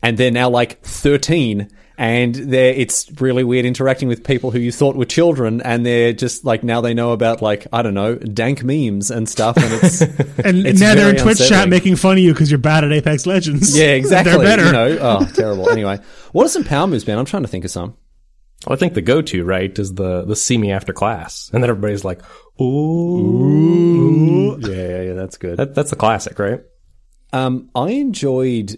S1: and they're now like thirteen, and they're it's really weird interacting with people who you thought were children, and they're just like now they know about like I don't know dank memes and stuff, and it's
S2: And
S1: it's
S2: now they're
S1: very
S2: in Twitch chat
S1: unsettling.
S2: making fun of you because you're bad at Apex Legends.
S1: Yeah, exactly.
S2: they're better.
S1: You know, oh, terrible. Anyway, what are some power moves, man? I'm trying to think of some.
S4: Well, I think the go-to right is the the see me after class, and then everybody's like, "Ooh,
S1: Yeah, yeah, yeah. That's good.
S4: that, that's the classic, right?"
S1: Um, I enjoyed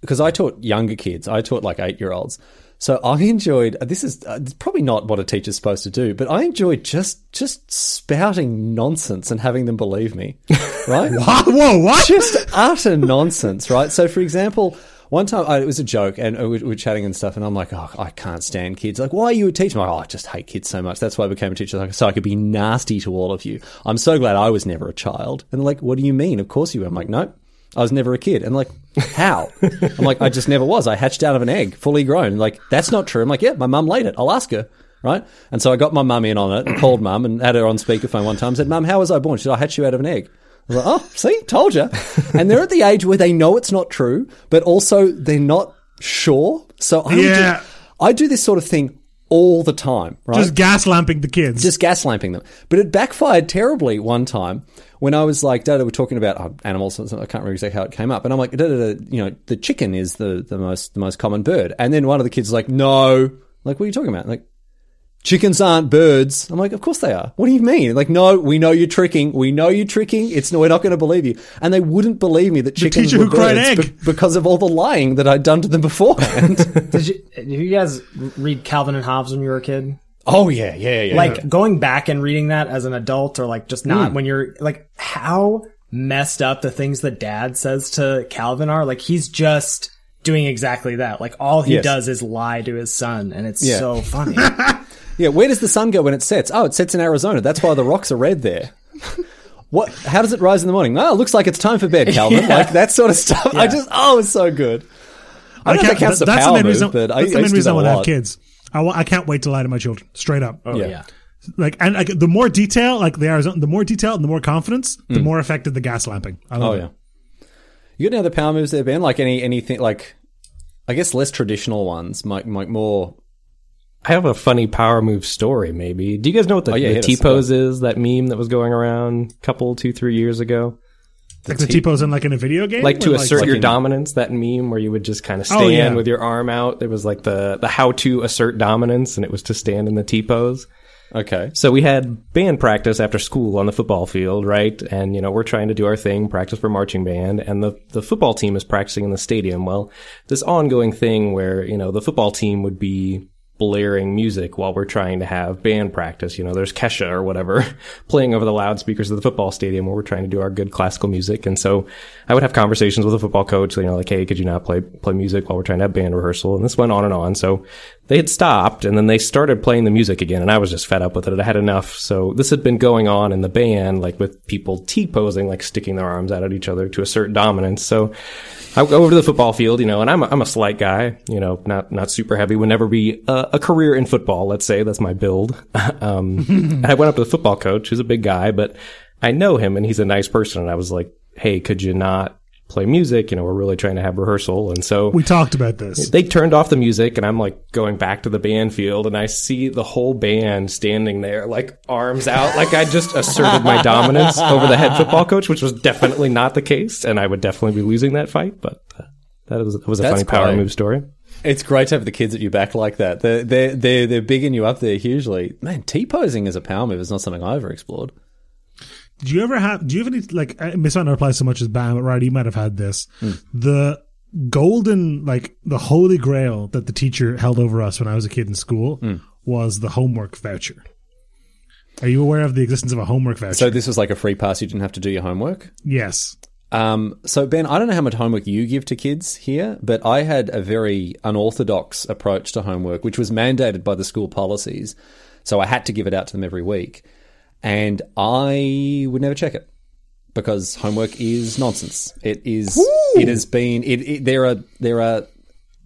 S1: because I taught younger kids. I taught like eight year olds. So I enjoyed. This is uh, it's probably not what a teacher's supposed to do, but I enjoyed just just spouting nonsense and having them believe me, right?
S2: Ah, whoa, what?
S1: just utter nonsense, right? So, for example, one time I, it was a joke, and uh, we we were chatting and stuff, and I'm like, "Oh, I can't stand kids." Like, why are you a teacher? I'm like, "Oh, I just hate kids so much. That's why I became a teacher, like, so I could be nasty to all of you." I'm so glad I was never a child. And they're like, "What do you mean? Of course you were." I'm like, "No, I was never a kid." And they're like, how? I'm like, "I just never was. I hatched out of an egg, fully grown." Like, that's not true. I'm like, "Yeah, my mum laid it. I'll ask her." Right? And so I got my mum in on it and called mum and had her on speakerphone one time and said, Mum, how was I born? She said, I hatched you out of an egg. I was like, oh, see, told you. And they're at the age where they know it's not true, but also they're not sure. So I, would
S2: Yeah.
S1: do, I do this sort of thing all the time, right?
S2: Just gas lamping the kids.
S1: just gaslamping them. But it backfired terribly one time when I was like, Dada, we're talking about oh, animals. I can't remember exactly how it came up. And I'm like, Dada, you know, the chicken is the, the most the most common bird. And then one of the kids is like, no. I'm like, what are you talking about? Like, chickens aren't birds. I'm like, of course they are. What do you mean? Like, no, we know you're tricking. We know you're tricking. It's no, we're not going to believe you. And they wouldn't believe me that chickens
S2: teacher
S1: were
S2: who cried
S1: birds
S2: egg.
S1: be- because of all the lying that I'd done to them beforehand.
S3: Did you, did you guys read Calvin and Hobbes when you were a kid?
S1: oh yeah, yeah, yeah. Hmm.
S3: Like going back and reading that as an adult, or like just not when you're like how messed up the things that Dad says to Calvin are. Like he's just doing exactly that. Like all he
S1: Yes.
S3: does is lie to his son, and it's
S1: Yeah.
S3: so funny.
S1: Yeah, where does the sun go when it sets? Oh, it sets in Arizona. That's why the rocks are red there. What? How does it rise in the morning? Oh, it looks like it's time for bed, Calvin. Like that sort of stuff. I just oh, it's so good. I don't know if that
S2: can't-
S1: counts as a
S2: that's the
S1: power
S2: main
S1: move,
S2: reason.
S1: but I, I
S2: that's the main
S1: used to do
S2: reason I
S1: that
S2: want
S1: a
S2: to have
S1: lot. Oh,
S2: kids. I, wa- I can't wait to lie to my children. Straight up.
S1: Yeah.
S3: yeah.
S2: Like and like, the more detail, like the Arizona, the more detail and the more confidence, the more effective the gas lamping. I
S1: Mm.
S2: love
S1: Oh
S2: it.
S1: yeah. You got any other power moves there, Ben? Like any anything like, I guess less traditional ones, like like more.
S4: I have a funny power move story, maybe. Do you guys know what the,
S1: Oh, yeah,
S4: the
S1: hit us.
S4: T pose is? That meme that was going around a couple, two, three years ago?
S2: Like the T-pose in like in a video game,
S4: Like to
S2: Or,
S4: assert your
S1: in-
S4: dominance, that meme where you would just kind of stand
S2: yeah.
S4: with your arm out. It was like the, the how to assert dominance, and it was to stand in the T pose.
S1: Okay.
S4: So we had band practice after school on the football field, right? And you know, we're trying to do our thing, practice for marching band, and the the football team is practicing in the stadium. Well, this ongoing thing where, you know, the football team would be blaring music while we're trying to have band practice. You know, there's Kesha or whatever playing over the loudspeakers of the football stadium where we're trying to do our good classical music. And so I would have conversations with the football coach, you know, like, hey, could you not play play music while we're trying to have band rehearsal? And this went on and on. So they had stopped and then they started playing the music again and I was just fed up with it. I had enough. So this had been going on in the band, like with people T posing, like sticking their arms out at each other to assert dominance. So I go over to the football field, you know, and I'm a, I'm a slight guy, you know, not not super heavy. Would never be a, a career in football. Let's say that's my build. um, and I went up to the football coach, who's a big guy, but I know him and he's a nice person. And I was like, hey, could you not play music? You know, we're really trying to have rehearsal. And so
S2: we talked about this.
S4: they turned off the music and I'm like going back to the band field and I see the whole band standing there, like arms out, like I just asserted my dominance over the head football coach, which was definitely not the case. And I would definitely be losing that fight, but uh, that was, that was a
S1: That's
S4: funny power
S1: great.
S4: move story.
S1: It's great to have the kids at your back like that. They're they're they're, they're bigging you up there hugely. Man, T posing as a power move is not something I ever explored.
S2: Do you ever have? Do you have any like? I- This might not apply so much as Bam, but right? You might have had this. The golden like the holy grail that the teacher held over us when I was a kid in school was the homework voucher. Are you aware of the existence of a homework voucher?
S1: So this was like a free pass. You didn't have to do your homework.
S2: yes.
S1: Um, so Ben, I don't know how much homework you give to kids here, but I had a very unorthodox approach to homework, which was mandated by the school policies. So I had to give it out to them every week, and I would never check it because homework is nonsense. It is. It has been. It, it, there are there are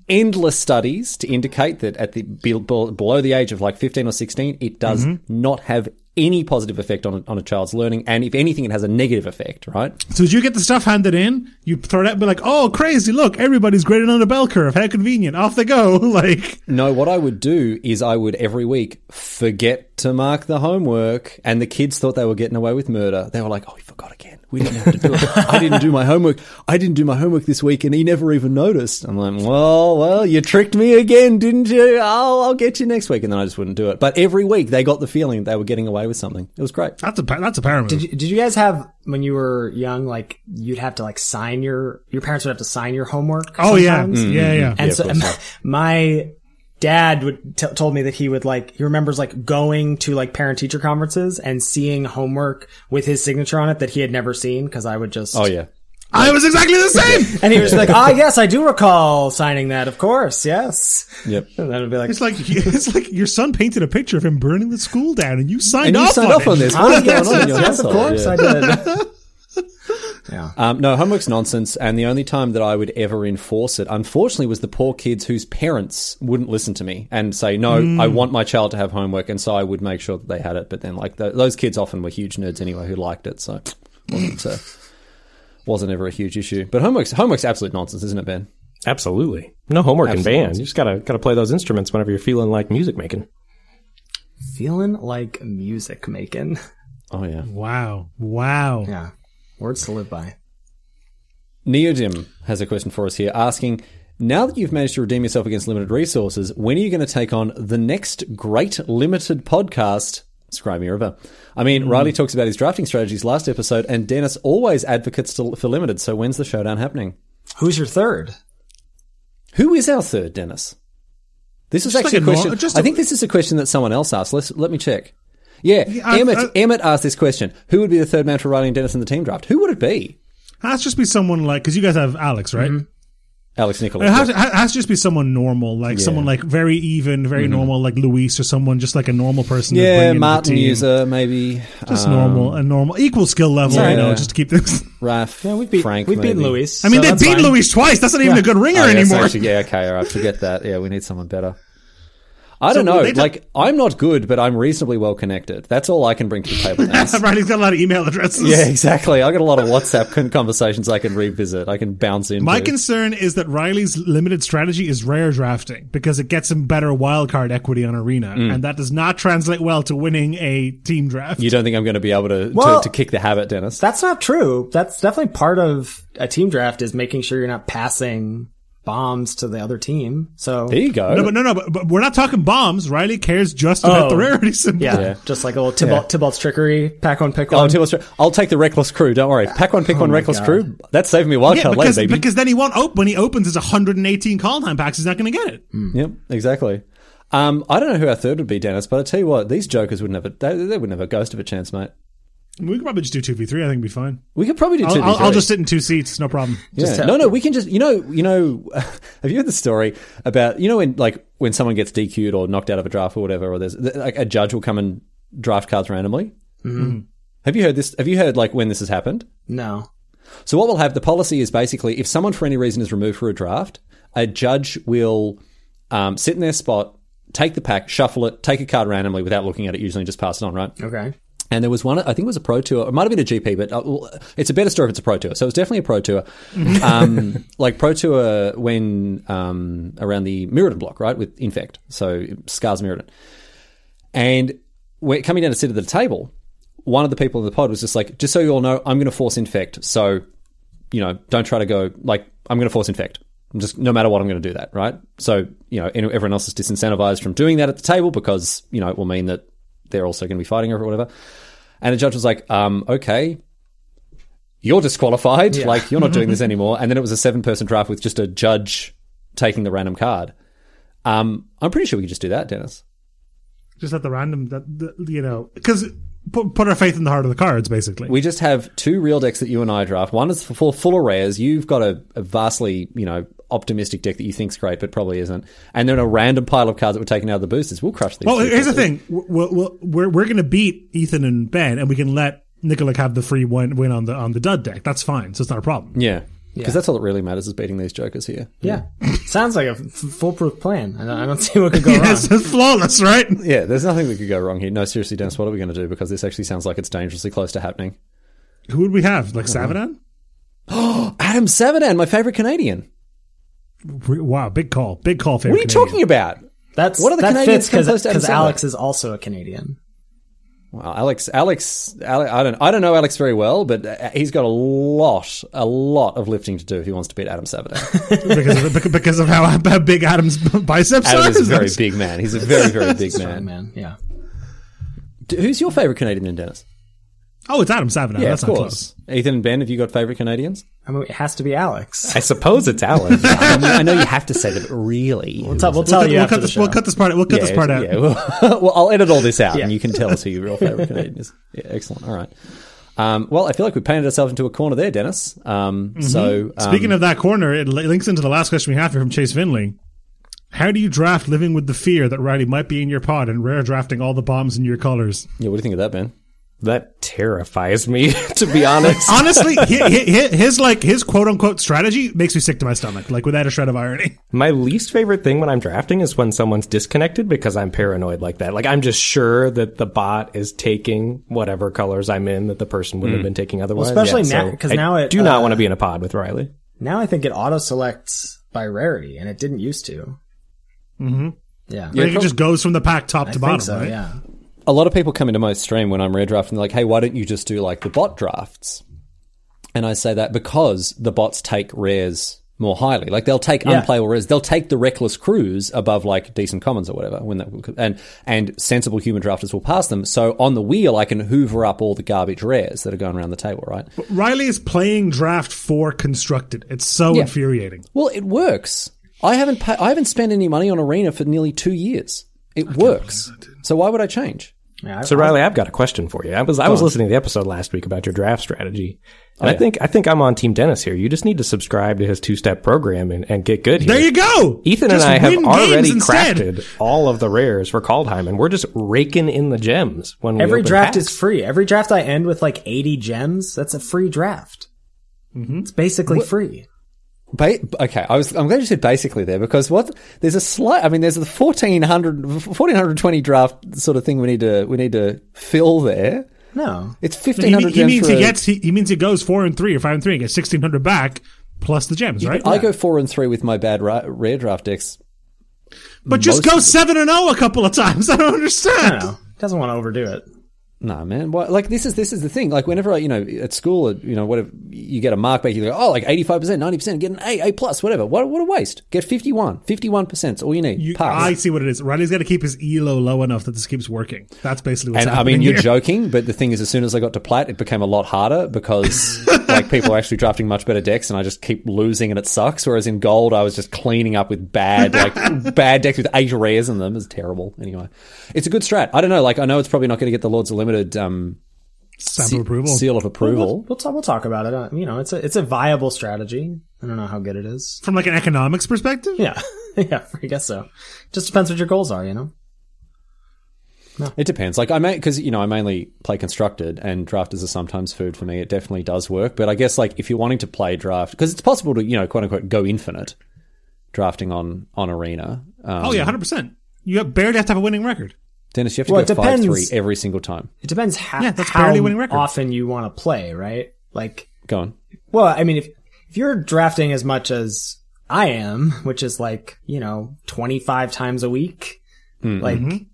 S1: endless studies to indicate that at the be- be- below the age of like 15 or 16 it does not have any positive effect on a, on a child's learning and if anything it has a negative effect right
S2: So did you get the stuff handed in? You throw it out and be like, "Oh, crazy! Look, everybody's graded on a bell curve. How convenient! Off they go!" like,
S1: No, what I would do is I would every week forget to mark the homework, and the kids thought they were getting away with murder. They were like, "Oh, he forgot again. We didn't have to do it. I didn't do my homework. I didn't do my homework this week, and he never even noticed." I'm like, "Well, well, you tricked me again, didn't you? I'll, I'll get you next week." And then I just wouldn't do it. But every week they got the feeling they were getting away with something. It was great.
S2: that's a pa- that's a paramount.
S3: Did you, did you guys have when you were young? Like you'd have to like sign your your parents would have to sign your homework.
S2: oh yeah,
S3: sometimes?
S2: yeah, yeah.
S3: And so my, my dad would t- told me that he would like he remembers like going to like parent teacher conferences and seeing homework with his signature on it that he had never seen because I would just
S1: Oh, yeah,
S2: I was exactly the same.
S3: and he was like ah yes I do recall signing that of course yes
S1: yep.
S3: and then it'd be like
S2: It's like it's like your son painted a picture of him burning the school down, and you signed
S1: And you
S2: off
S1: signed
S2: on
S1: off
S2: it.
S1: on this.
S3: ah,
S1: What is
S3: yes,
S1: going on
S3: yes,
S1: in your
S3: yes, of
S1: household?
S3: course
S1: Yeah.
S3: I did yeah
S1: Um, no, homework's nonsense, and the only time that I would ever enforce it, unfortunately, was the poor kids whose parents wouldn't listen to me and say, "No, I want my child to have homework," and so I would make sure that they had it. But then, like th- those kids, often were huge nerds anyway who liked it, so wasn't uh, wasn't ever a huge issue. But homework's homework's absolute nonsense, isn't it, Ben?
S4: Absolutely. No homework in band. You just gotta gotta play those instruments whenever you're feeling like music making.
S3: feeling like music making
S1: Oh yeah.
S2: Wow, wow.
S3: yeah words to live by
S1: Neodim has a question for us here, asking. Now that you've managed to redeem yourself against limited resources, when are you going to take on the next great limited podcast, Scrimey River? I mean,
S2: Hmm.
S1: Riley talks about his drafting strategies last episode, and Dennis always advocates to, for limited. So when's the showdown happening?
S3: who's your third
S1: Who is our third, Dennis? This is
S2: Just
S1: actually
S2: like a
S1: a question.
S2: nor- just
S1: I
S2: a-
S1: think this is a question that someone else asked. Let's let me check. Yeah,
S2: I-
S1: Emmett.
S2: I-
S1: Emmett asked this question: Who would be the third man for Riley and Dennis in the team draft? Who would it be?
S2: Has to just be someone like because you guys have Alex, right?
S1: Mm-hmm. Alex
S2: It
S1: Nicholas.
S2: has, to, has to just be someone normal, like someone like very even, very normal, like Luis or someone just like a normal person. to bring
S1: Mm-hmm. yeah,
S2: into the
S1: Martin
S2: team.
S1: user maybe.
S2: just normal, a normal, equal skill level, you know,
S1: Yeah.
S2: just to keep things.
S1: Raf. Yeah,
S3: we've beat
S1: Frank.
S3: we've beaten
S1: maybe.
S3: Luis
S2: I mean,
S3: so
S2: they
S3: that's
S2: beat
S3: fine.
S2: Luis twice. That's not even a good ringer
S1: Oh, yes,
S2: anymore.
S1: actually, yeah, okay, all right, forget that. Yeah, we need someone better. I don't
S2: will
S1: know.
S2: they ta-
S1: like, I'm not good, but I'm reasonably well connected. That's all I can bring to the table. Dennis.
S2: Riley's got a lot of email addresses.
S1: yeah, exactly. I got a lot of WhatsApp con- conversations I can revisit. I can bounce into.
S2: My concern is that Riley's limited strategy is rare drafting because it gets him better wildcard equity on Arena, and that does not translate well to winning a team draft.
S1: Mm. you don't think I'm going to be able to,
S3: Well-
S1: to to kick the habit, Dennis?
S3: That's not true. That's definitely part of a team draft is making sure you're not passing bombs to the other team. So
S1: there you go.
S2: No, but no, no, but, but we're not talking bombs. Riley cares just about
S3: Oh.
S2: the rarity symbol.
S3: yeah, just like a little Tibalt, Tibalt's trickery, pack on pick
S1: Oh,
S3: one.
S1: too much- I'll take the reckless crew. Don't worry. Pack one,
S3: Oh
S1: pick one, reckless crew. That's saving me a wild
S2: Yeah,
S1: card
S2: because,
S1: later, baby.
S2: because then he won't open. When he opens his 118 call time packs, he's not going to get it.
S1: Yep, exactly. Um, I don't know who our third would be, Dennis, but I tell you what, these jokers would never. They, they would never a ghost of a chance, mate.
S2: We could probably just do 2v3. I think it'd be fine.
S1: We could probably do
S2: I'll,
S1: two.
S2: I'll, I'll just sit in two seats. No problem.
S1: Yeah. no, no, we can just you know you know. Have you heard the story about you know when like when someone gets DQ'd or knocked out of a draft or whatever, or there's th- like a judge will come and draft cards randomly. Mm-hmm. Have you heard this? Have you heard like when this has happened?
S3: no.
S1: So what we'll have the policy is basically if someone for any reason is removed for a draft, a judge will um, sit in their spot, take the pack, shuffle it, take a card randomly without looking at it, usually and just pass it on, right?
S3: Okay.
S1: And there was one, I think it was a pro tour. It might have been a GP, but uh, well, it's a better story if it's a pro tour. So it was definitely a pro tour. Um, like pro tour when um, around the Mirrodin block, right? With Infect. So Scars Mirrodin. And we're coming down to sit at the table. One of the people in the pod was just like, just so you all know, I'm going to force Infect. So, you know, don't try to go, like, I'm going to force Infect. I'm just, no matter what, I'm going to do that, right? So, you know, and everyone else is disincentivized from doing that at the table because, you know, it will mean that they're also going to be fighting over it or whatever. And the judge was like, um, okay, you're disqualified. Like, you're not doing this anymore. And then it was a seven person draft with just a judge taking the random card. Um, I'm pretty sure we could just do that, Dennis.
S2: Just at the random that the, you know, because put, put our faith in the heart of the cards, basically.
S1: We just have two real decks that you and I draft. One is for full, full of rares. You've got a, a vastly, you know, optimistic deck that you think's great, but probably isn't. And then a random pile of cards that were taken out of the boosters. We'll crush these.
S2: well,
S1: two
S2: Oh, here's the
S1: cards.
S2: thing: we're we're, we're, we're going to beat Ethan and Ben, and we can let Nikolak have the free win, win on the on the dud deck. That's fine. So it's not a problem.
S1: Yeah. Because that's all that really matters is beating these jokers here.
S3: Yeah, sounds like a f- foolproof plan. I don't, I don't see what could go wrong.
S2: Yes, it's flawless, right?
S1: Yeah, there's nothing that could go wrong here. No, seriously, Dennis, what are we going to do? Because this actually sounds like it's dangerously close to happening.
S2: Who would we have? Like Savadan?
S1: Adam Savadan, my favorite Canadian.
S2: Re- Wow, big call, big call.
S1: What are you talking about?
S3: That's
S1: What are the
S3: that
S1: Canadians
S3: fits
S1: composed out of
S3: because
S1: Savadan?
S3: Alex is also a Canadian.
S1: Well, Alex, Alex, Ale I don't, I don't know Alex very well, but uh, he's got a lot, a lot of lifting to do if he wants to beat Adam Savadan.
S2: because of, because of how, how big Adam's biceps
S1: Adam
S2: are?
S1: is Oh, a very big man. He's a very, very big man.
S3: Oh, Man, yeah.
S1: D- Who's your favorite Canadian, then, Dennis?
S2: Oh, it's Adam Savadan.
S1: Yeah,
S2: That's
S1: of
S2: not
S1: course. Ethan and Ben, have you got favorite Canadians?
S3: I mean, it has to be Alex.
S4: I suppose it's Alan.
S1: I, mean, Um, I know you have to say that, but really,
S3: We'll, tell- we'll
S2: close.
S1: Oh,
S3: tell
S2: We'll,
S3: you
S2: cut, we'll,
S3: after
S2: cut
S3: the
S2: this,
S3: show.
S2: we'll cut this part. We'll cut this part out.
S1: Yeah, well, well, I'll edit all this out,
S3: Yeah.
S1: and you can tell us who your real favorite Canadian is. Yeah, excellent. All right. Um, well, I feel like we painted ourselves into a corner there, Dennis. Um, So, um,
S2: Speaking of that corner, it li- links into the last question we have here from Chase Finley. How do you draft living with the fear that Riley might be in your pod and rare drafting all the bombs in your colors?
S1: yeah, what do you think of that, Ben?
S4: that terrifies me, to be honest.
S2: Honestly, hi- hi- hi- his like his quote unquote strategy makes me sick to my stomach, like without a shred of irony.
S4: My least favorite thing when I'm drafting is when someone's disconnected because I'm paranoid like that. Like I'm just sure that the bot is taking whatever colors I'm in that the person would not have been taking otherwise.
S3: Mm. especially
S4: Yeah,
S3: now-
S4: so
S3: 'cause
S4: I
S3: now it,
S4: do not
S3: uh,
S4: want to be in a pod with Riley.
S3: Now I think it auto selects by rarity, and it didn't used to. Mm-hmm. Yeah.
S2: Like, it just goes from the pack top
S3: I
S2: to
S3: think
S2: bottom,
S3: so,
S2: right?
S3: yeah.
S1: A lot of people come into my stream when I'm rare drafting, they're like, hey, why don't you just do like the bot drafts? And I say that because the bots take rares more highly. Like they'll take unplayable rares. They'll take the reckless crews above like decent commons or whatever. When that and and sensible human drafters will pass them. So on the wheel, I can hoover up all the garbage rares that are going around the table, right?
S2: Riley is playing draft four constructed. It's so infuriating.
S1: Well, it works. I haven't pa I haven't spent any money on Arena for nearly two years. It works. So why would I change?
S3: yeah I-
S4: So Riley, I've got a question for you. I was I was listening to the episode last week about your draft strategy,
S3: Oh,
S4: and I think I think I'm on Team Dennis here. You just need to subscribe to his two step program and, and get good. Here.
S2: There you go.
S4: Ethan
S2: Just
S4: and I have
S2: win
S4: already
S2: games instead.
S4: crafted all of the rares for Kaldheim, and we're just raking in the gems when we
S3: every
S4: open
S3: draft
S4: packs.
S3: is free. Every draft I end with like 80 gems. That's a free draft.
S2: Mm-hmm.
S3: It's basically free.
S1: Ba- okay, I was. I'm glad you said basically there because what there's a slight. I mean, there's the 1400, 1420 draft sort of thing we need to we need to fill there.
S3: No.
S1: It's
S2: He,
S1: fifteen
S2: mean-
S1: hundred.
S2: he means he gets. He, he means he goes four and three or five and three and gets sixteen hundred back plus the gems, right?
S1: I go four and three with my bad ra- rare draft decks.
S2: but just go seven and zero a couple of times. I don't understand.
S3: No. Doesn't want to overdo it.
S1: No man, why, like this is this is the thing. Like whenever I, you know at school, uh, you know whatever you get a mark back, you go oh like eighty five percent, ninety percent, get an A, A plus, whatever. What what a waste. Get 51 51 percent. All you need.
S2: You,
S1: Pass.
S2: I see what it is. Riley's got to keep his elo low enough that this keeps working. That's basically what's
S1: And I
S2: happening.
S1: mean, you're
S2: here.
S1: joking, but the thing is, as soon as I got to plat, it became a lot harder because like people are actually drafting much better decks, and I just keep losing, and it sucks. Whereas in gold, I was just cleaning up with bad, like bad decks with eight rares in them. It's terrible. Anyway, it's a good strat. I don't know. Like I know it's probably not going to get the Lords of Limited um,
S2: Stamp
S1: se-
S2: of approval.
S1: seal of approval.
S3: We'll, talk, we'll talk about it. Uh, You know, it's a, it's a viable strategy. I don't know how good it is.
S2: From like an economics perspective,
S3: Yeah. yeah. I guess so. Just depends what your goals are, you know?
S1: It depends. Like I may because you know I mainly play constructed, and drafters are sometimes food for me. It definitely does work, but I guess like if you're wanting to play draft, because it's possible to you know quote unquote go infinite drafting on on arena. Um,
S2: oh yeah, hundred percent. You have barely have to have a winning record.
S1: Dennis, you have to
S3: Well, it
S1: go five three
S3: depends.
S1: every single time.
S3: It depends how,
S2: Yeah, that's
S3: how
S2: barely winning record.
S3: often you want to play, right? Like,
S1: Go on.
S3: Well, I mean, if if you're drafting as much as I am, which is like you know twenty five times a week, like
S2: Mm-hmm.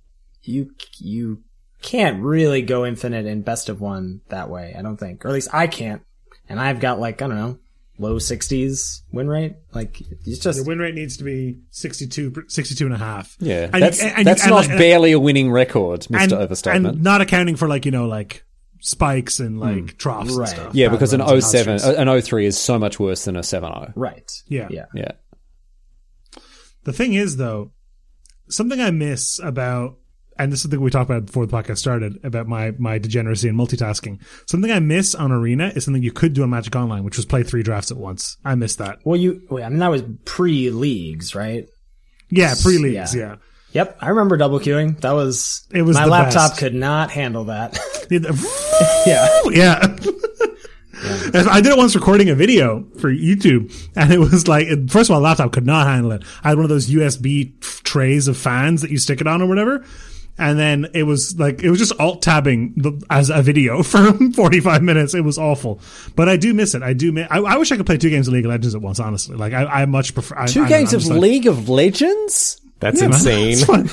S3: you you can't really go infinite in best of one that way. I don't think, or at least I can't. And I've got like I don't know low sixties win rate. Like it's
S2: The
S3: just
S2: win rate needs to be 62, 62 and a half.
S1: Yeah,
S2: and
S1: that's,
S2: you, and, and
S1: that's
S2: you,
S1: not
S2: and, like,
S1: barely a winning record, Mister
S2: and,
S1: Overstatement.
S2: and not accounting for like you know like spikes and like troughs and
S3: Right.
S2: stuff.
S1: Hmm. Yeah, because oh an
S2: Backgrounds and
S1: 07,
S2: constructs.
S1: an 03 is so much worse than a 70.
S3: Right.
S2: Yeah.
S3: Yeah.
S1: Yeah.
S2: The thing is, though, something I miss about, and this is something we talked about before the podcast started about my my degeneracy and multitasking. Something I miss on Arena is something you could do on Magic Online, which was play three drafts at once. I miss that.
S3: Well, you. Wait, I mean, that was pre leagues, right?
S2: Yeah, pre leagues. Yeah.
S3: Yeah. Yep, I remember double queuing. That was
S2: It was
S3: my
S2: the
S3: laptop
S2: best.
S3: could not handle that.
S2: yeah. yeah. I did it once recording a video for YouTube, and it was like, first of all, the laptop could not handle it. I had one of those USB trays of fans that you stick it on or whatever. And then it was like, it was just alt tabbing the, as a video for 45 minutes. It was awful. But I do miss it. I do miss, I, I wish I could play two games of League of Legends at once, honestly. Like, I, I much prefer. I,
S1: Two
S2: I-
S1: games
S2: I'm
S1: of
S2: just like-
S1: League of Legends?
S4: That's
S2: man,
S4: insane.
S2: It's fun.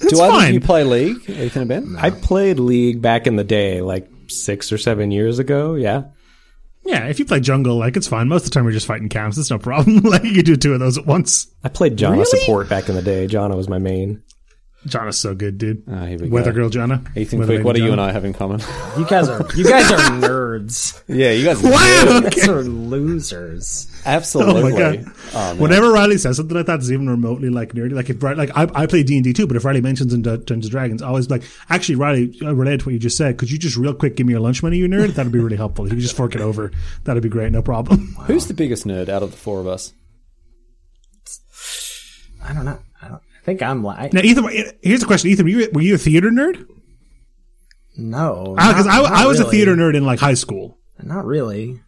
S2: It's
S1: Do either of
S2: fine.
S1: you play League, Ethan and Ben?
S4: I played League back in the day, like six or seven years ago. Yeah.
S2: yeah, if you play jungle, like, it's fine. Most of the time, you're just fighting camps. It's no problem. like, you do two of those at once.
S4: I played Jonna support back in the day. Jonna was my main.
S2: Jana's so good, dude.
S1: Ah, here we
S2: Weather
S1: go.
S2: girl Jana.
S1: Ethan Quick, what do you and I have in common?
S3: you guys are you guys are nerds.
S1: yeah, you guys
S2: Wow.
S3: You guys are losers.
S1: absolutely.
S2: Oh my God. Whenever Riley says something like that, it's even remotely like nerdy. Like if Ri- like I, I play D and D too, but if Riley mentions in Dun- Dungeons and Dragons, I always like actually Riley uh, related to what you just said. Could you just real quick give me your lunch money, you nerd? That'd be really helpful. If you could just fork it over, that'd be great. No problem.
S1: Who's the biggest nerd out of the four of us?
S3: I don't know. I, don't, I think I'm like
S2: Now, Ethan, uh, here's the question: Ethan, were you, were you a theater nerd?
S3: no,
S2: Because
S3: not-
S2: I,
S3: not
S2: I was a
S3: really.
S2: theater nerd in like high school.
S3: Not really.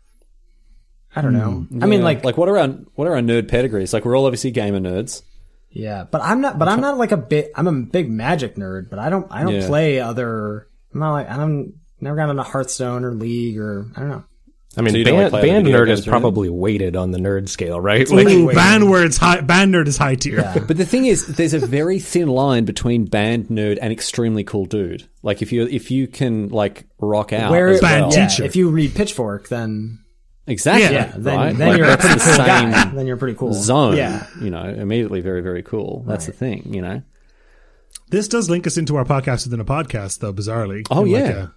S3: I don't know. I mean,
S1: Yeah.
S3: like,
S1: like what are our what are our nerd pedigrees? Like we're all obviously gamer nerds.
S3: yeah, but I'm not. But I'm not like a bit. I'm a big Magic nerd, but I don't. I don't
S1: Yeah.
S3: play other. I'm not like. I'm never got into Hearthstone or League or I don't know.
S4: I mean,
S1: you don't
S4: band,
S1: play other
S4: band
S1: video
S4: nerd
S1: games
S4: is
S1: or anything?
S4: probably weighted on the nerd scale, right?
S2: Ooh, band words high, band nerd is high tier.
S1: But the thing is, there's a very thin line between band nerd and extremely cool dude. Like if you if you can like rock out,
S3: Where
S1: as
S2: Bad
S1: well.
S3: yeah,
S2: teacher.
S3: if you read Pitchfork, then
S1: exactly,
S2: Yeah,
S3: then,
S1: right?
S3: then
S1: Like,
S3: you're a
S1: that's
S3: pretty
S1: the
S3: cool
S1: same
S3: guy. Then you're pretty cool.
S1: zone.
S3: Yeah.
S1: you know, immediately very very cool. That's the thing, you know.
S2: This does link us into our podcast within a podcast, though. Bizarrely,
S1: Oh,
S2: In, like,
S1: yeah.
S2: a-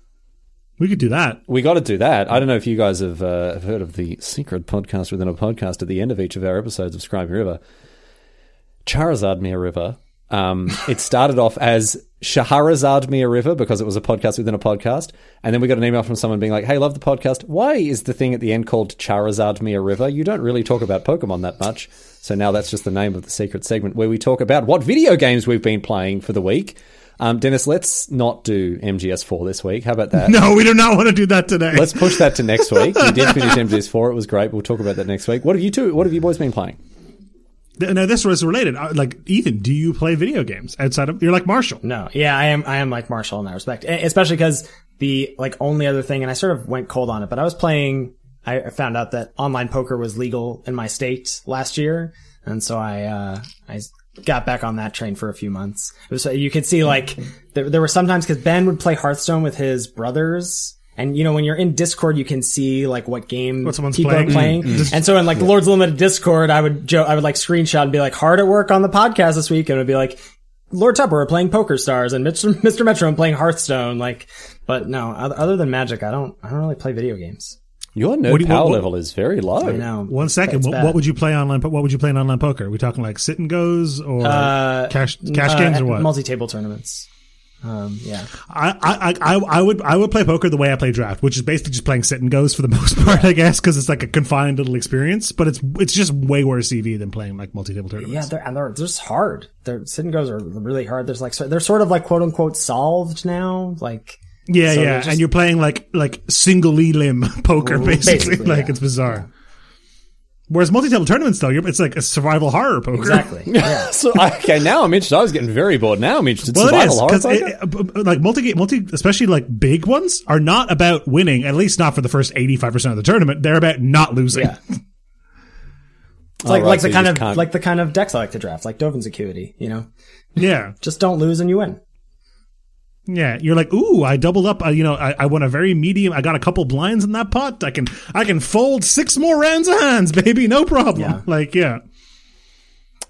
S2: we could do that.
S1: We got to do that. I don't know if you guys have, uh, have heard of the secret podcast within a podcast at the end of each of our episodes of Scribe River. Charizard Mere River. Um, it started off as Shaharazad Mere River because it was a podcast within a podcast. And then we got an email from someone being like, hey, love the podcast. Why is the thing at the end called Charizard Mere River? You don't really talk about Pokemon that much. So now that's just the name of the secret segment where we talk about what video games we've been playing for the week. Um, Dennis, let's not do MGS4 this week. How about that?
S2: No, we do not want to do that today.
S1: Let's push that to next week. We did finish MGS4. It was great. We'll talk about that next week. What have you two? What have you boys been playing?
S2: Th- now this was related. Uh, Like Ethan, do you play video games outside of? You're like Marshall.
S3: No, yeah, I am. I am like Marshall in that respect, E- especially because the like only other thing, and I sort of went cold on it, but I was playing. I found out that online poker was legal in my state last year, and so I uh, I got back on that train for a few months. It was, you could see like there, there were sometimes because Ben would play Hearthstone with his brothers. And you know when you're in Discord, you can see like what game
S2: What someone's
S3: people
S2: playing. Mm-hmm.
S3: are playing. And so in like Lords Limited Discord, I would jo- I would like screenshot and be like hard at work on the podcast this week, and it would be like Lord Tupper are playing Poker Stars and Mr. Mr. Metro and playing Hearthstone. Like, but no, oth- other than Magic, I don't. I don't really play video games.
S1: Your nerd
S2: What do you-
S1: power
S2: what-
S1: level is very low.
S3: I know.
S2: One second.
S3: That's
S2: What,
S3: bad.
S2: what would you play online? po- What would you play in online poker? Are we talking like sit and goes or cash cash
S3: Uh,
S2: games or what?
S3: Multi table tournaments. Um, yeah.
S2: I, I I I would I would play poker the way I play draft, which is basically just playing sit and goes for the most part, I guess, because it's like a confined little experience. But it's it's just way worse EV than playing like multi table tournaments.
S3: Yeah, they're, and they're, they're just hard. They're, sit and goes are really hard. There's like, so, they're sort of like quote unquote solved now. Like,
S2: Yeah,
S3: So
S2: yeah,
S3: they're just-
S2: and you're playing like like single limb poker, basically.
S3: basically,
S2: like
S3: yeah.
S2: it's bizarre. Whereas multi-table tournaments, though, you're, it's like a survival horror poker.
S3: exactly. yeah.
S1: So okay, now I'm interested. I was getting very bored. Now I'm interested.
S2: Well, it
S1: Survival
S2: is
S1: horror
S2: because
S1: poker?
S2: like multi multi, especially like big ones, are not about winning. At least not for the first eighty-five percent of the tournament. They're about not losing.
S3: Yeah. It's like,
S1: right,
S3: like
S1: so
S3: the
S1: you
S3: kind
S1: just
S3: of,
S1: can't-
S3: like the kind of decks I like to draft, like Dovin's Acuity, you know,
S2: yeah,
S3: just don't lose and you win.
S2: Yeah. You're like, ooh, I doubled up. I, you know, I, I won a very medium. I got a couple blinds in that pot. I can I can fold six more rounds of hands, baby. No problem.
S3: Yeah.
S2: Like, yeah.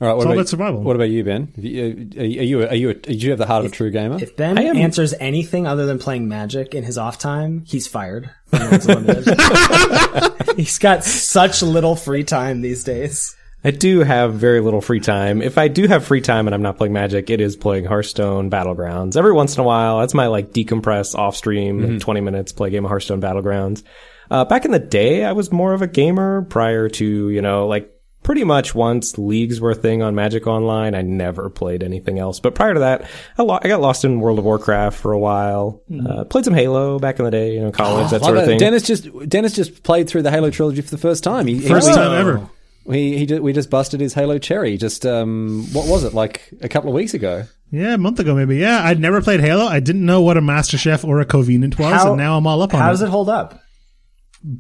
S1: All right, what
S2: all
S1: about
S2: about survival.
S1: What about you, Ben? Have you- uh, Are you are you, a, do you have the heart of a true gamer?
S3: If Ben
S4: am-
S3: answers anything other than playing Magic in his off time, he's fired. from Lords Unlimited. he's got such little free time these days.
S4: I do have very little free time. If I do have free time and I'm not playing Magic, it is playing Hearthstone Battlegrounds. Every once in a while, that's my like decompress off stream, like 20 minutes, play a game of Hearthstone Battlegrounds. Uh, back in the day, I was more of a gamer prior to, you know, like pretty much once leagues were a thing on Magic Online, I never played anything else. But prior to that, I, lo- I got lost in World of Warcraft for a while. Uh, played some Halo back in the day, you know, college, that sort of
S1: Love it.
S4: thing.
S1: Dennis just Dennis just played through the Halo trilogy for the first time. He, he-
S2: First
S1: we,
S2: time ever.
S1: We he, ju- we just busted his Halo cherry. Just um, what was it like a couple of weeks ago?
S2: Yeah, a month ago maybe. Yeah, I'd never played Halo. I didn't know what a Master Chef or a Covenant was, and now I'm all up
S3: How
S2: on
S3: does
S2: it.
S3: it hold up?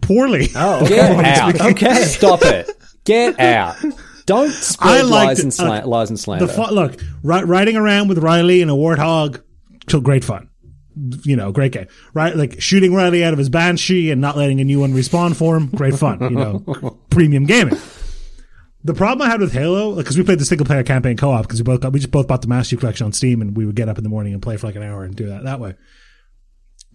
S2: Poorly.
S3: Oh,
S1: Get out! Okay, stop it! Get out! Don't
S2: I
S1: spread
S2: liked
S1: lies,
S2: it.
S1: and sla-
S2: Uh,
S1: lies and slander.
S2: the fun, look, ri- riding around with Riley in a warthog, so great fun. You know, great game, right? Like shooting Riley out of his banshee and not letting a new one respawn for him, great fun. You know, premium gaming. The problem I had with Halo, because we played the single player campaign co op, because we both got, we just both bought the Master Chief Collection on Steam, and we would get up in the morning and play for like an hour and do that that way.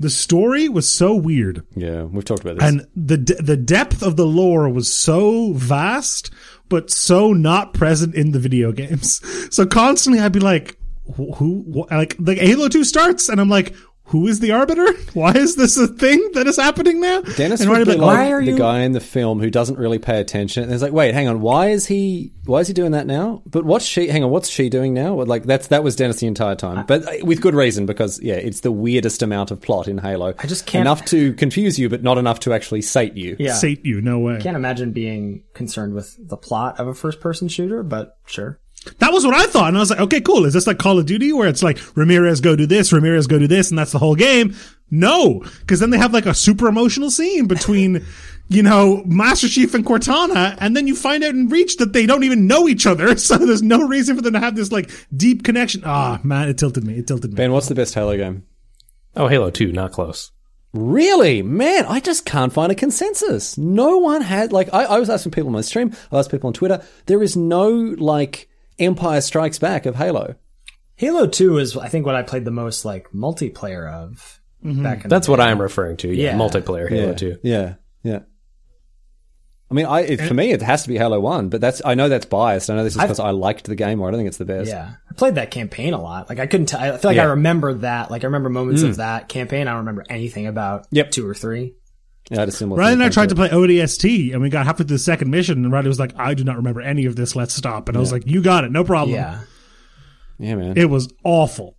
S2: The story was so weird.
S1: yeah, we've talked about this.
S2: And the de- the depth of the lore was so vast, but so not present in the video games. So constantly, I'd be like, "Wh- "Who?" wh- Like, like Halo Two starts, and I'm like, "Who is the Arbiter? Why is this a thing that is happening now?"
S1: Dennis
S2: and
S1: would be
S2: Riley'd be "Oh,
S1: like
S2: "Why are
S1: the
S2: you?"
S1: guy in the film who doesn't really pay attention. And it's like, wait, hang on, why is he? Why is he doing that now? But what's she? Hang on, what's she doing now? Well, Like that's that was Dennis the entire time, but uh, with good reason because yeah, it's the weirdest amount of plot in Halo. I
S3: just can't-
S1: enough to confuse you, but not enough to actually sate you.
S3: Yeah.
S2: Sate you? No way.
S3: Can't imagine being concerned with the plot of a first person shooter, but sure.
S2: That was what I thought, and I was like, "Okay, cool. Is this like Call of Duty, where it's like Ramirez go do this, Ramirez go do this, and that's the whole game?" No, because then they have like a super emotional scene between, you know, Master Chief and Cortana, and then you find out in Reach that they don't even know each other, so there's no reason for them to have this like deep connection. Ah, man, it tilted me. It tilted me.
S1: Ben, what's the best Halo game?
S4: oh, Halo 2, not close.
S1: Really, man, I just can't find a consensus. No one had like I, I was asking people on my stream, I asked people on Twitter. There is no like Empire Strikes Back of Halo.
S3: Halo 2 is, I think, what I played the most, like, multiplayer of
S2: Mm-hmm.
S3: back in
S4: That's
S3: the
S4: what I'm referring to. Yeah,
S3: Yeah.
S4: multiplayer Halo
S1: yeah.
S4: 2.
S1: Yeah, yeah. I mean, I it, for me it has to be Halo One, but that's I know that's biased. I know this is because I liked the game, or I don't think it's the best.
S3: Yeah. I played that campaign a lot. Like, I couldn't tell. I feel like I remember that. Like, I remember moments of that campaign. I don't remember anything about
S1: Yep.
S3: two or three.
S1: I had a similar.
S2: Riley
S1: thing
S2: and I
S1: come
S2: tried
S1: it.
S2: to play ODST, and we got halfway through the second mission, and Riley was like, "I do not remember any of this. Let's stop." And I was like, "You got it. No problem."
S3: Yeah.
S1: Yeah, man.
S2: It was awful.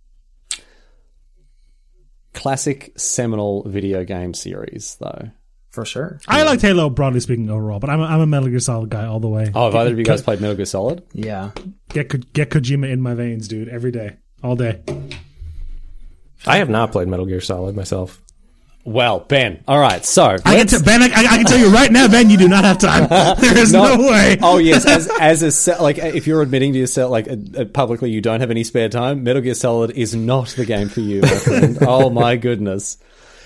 S1: Classic seminal video game series, though.
S3: For sure.
S2: I liked Halo broadly speaking overall, but I'm a, I'm a Metal Gear Solid guy all the way.
S1: Oh, have either of you guys played Metal Gear Solid?
S3: Yeah.
S2: Get Ko- get Kojima in my veins, dude. Every day, all day.
S4: I have not played Metal Gear Solid myself.
S1: Well, Ben. All right, so
S2: I can,
S1: let's-
S2: t- ben, I, I can tell you right now, Ben, you do not have time. There is no, way.
S1: Oh yes, as as a se- like uh, if you're admitting to yourself like uh, uh, publicly you don't have any spare time, Metal Gear Solid is not the game for you, my friend. oh my goodness.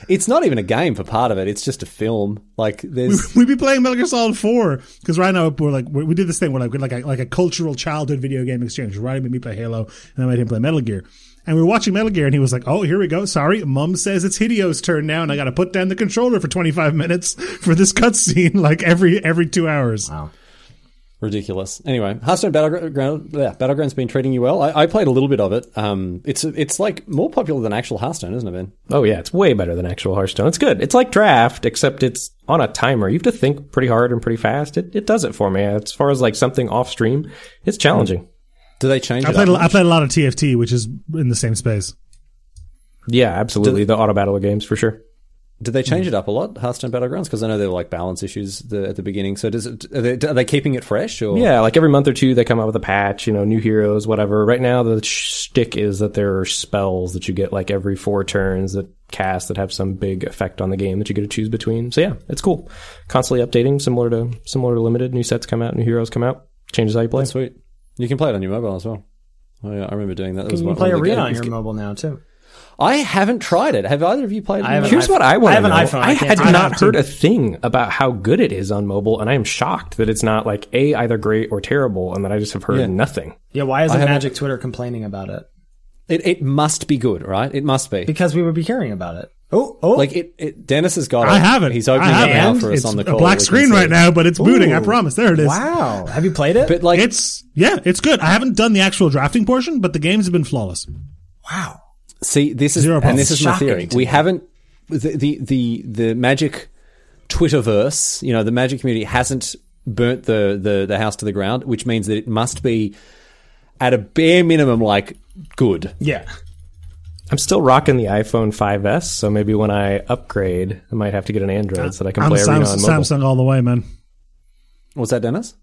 S1: It's not even a game for part of it. It's just a film. Like there's
S2: We'd be playing Metal Gear Solid Four because right now we're like we're, we did this thing where like we're like a, like a cultural childhood video game exchange. Riley made me play Halo, and I made him play Metal Gear. And we were watching Metal Gear, and he was like, "Oh, here we go. Sorry, Mum says it's Hideo's turn now, and I got to put down the controller for 25 minutes for this cutscene, like every every two hours."
S1: ridiculous. Anyway, Hearthstone Battleground yeah, Battleground's been treating you well. I, I played a little bit of it. Um, it's it's like more popular than actual Hearthstone, isn't it, Ben?
S4: Oh yeah, it's way better than actual Hearthstone. It's good. It's like draft, except it's on a timer. You have to think pretty hard and pretty fast. It, it does it for me. As far as like something off stream, it's challenging.
S1: Do they change
S2: I
S1: it?
S2: played, a,
S1: up?
S2: I played a lot of TFT, which is in the same space.
S4: Yeah, absolutely. The auto battle games for sure.
S1: Did they change it up a lot, Hearthstone Battlegrounds? Because I know there were like balance issues the, at the beginning. So does it, are, they, are they keeping it fresh? Or
S4: Yeah, like every month or two they come out with a patch, you know, new heroes, whatever. Right now the shtick is that there are spells that you get like every four turns that cast that have some big effect on the game that you get to choose between. So yeah, it's cool. Constantly updating, similar to similar to limited. New sets come out, new heroes come out. Changes how you play.
S1: Sweet. You can play it on your mobile as well. Oh, yeah, I remember doing that. that was
S3: You
S1: one-
S3: can play
S1: one of the
S3: Arena on
S1: games.
S3: your mobile now, too.
S1: I haven't tried it. Have either of you played it?
S3: I haven't.
S4: Here's
S3: iPhone.
S4: what I want
S3: I
S4: to
S3: have an
S4: know.
S3: iPhone. I
S4: I
S3: can't
S4: had
S3: do
S4: not
S2: that.
S4: heard a thing about how good it is on mobile, and I am shocked that it's not like a either great or terrible, and that I just have heard
S1: Yeah.
S4: nothing.
S3: Yeah, why isn't
S1: haven't-
S3: Magic Twitter complaining about it?
S1: It, it must be good, right? It must be.
S3: Because we would be hearing about it. Oh, oh,
S1: Like it, it Dennis has got
S2: I
S1: it.
S2: have it.
S1: He's
S2: I
S1: opening
S2: have
S1: it now
S2: it.
S1: for us
S2: it's
S1: on the
S2: a
S1: call.
S2: black
S1: We can
S2: screen
S1: see
S2: right
S1: it.
S2: now, but it's booting. I promise. There it is.
S3: wow. Have you played it?
S1: But like
S2: It's yeah, it's good. I haven't done the actual drafting portion, but the games have been flawless.
S3: wow.
S1: See, this is
S2: Zero
S1: and
S2: problems.
S1: this is my
S3: Shocking
S1: theory.
S3: to
S1: We
S3: me.
S1: haven't the the the, the magic Twitterverse, you know, the magic community hasn't burnt the, the the house to the ground, which means that it must be at a bare minimum like good.
S3: Yeah.
S4: I'm still rocking the iPhone 5s, so maybe when I upgrade, I might have to get an Android so that I can
S2: I'm
S4: play Arena
S2: Samsung,
S4: on mobile.
S2: Samsung all the way, man.
S1: What's that, Dennis?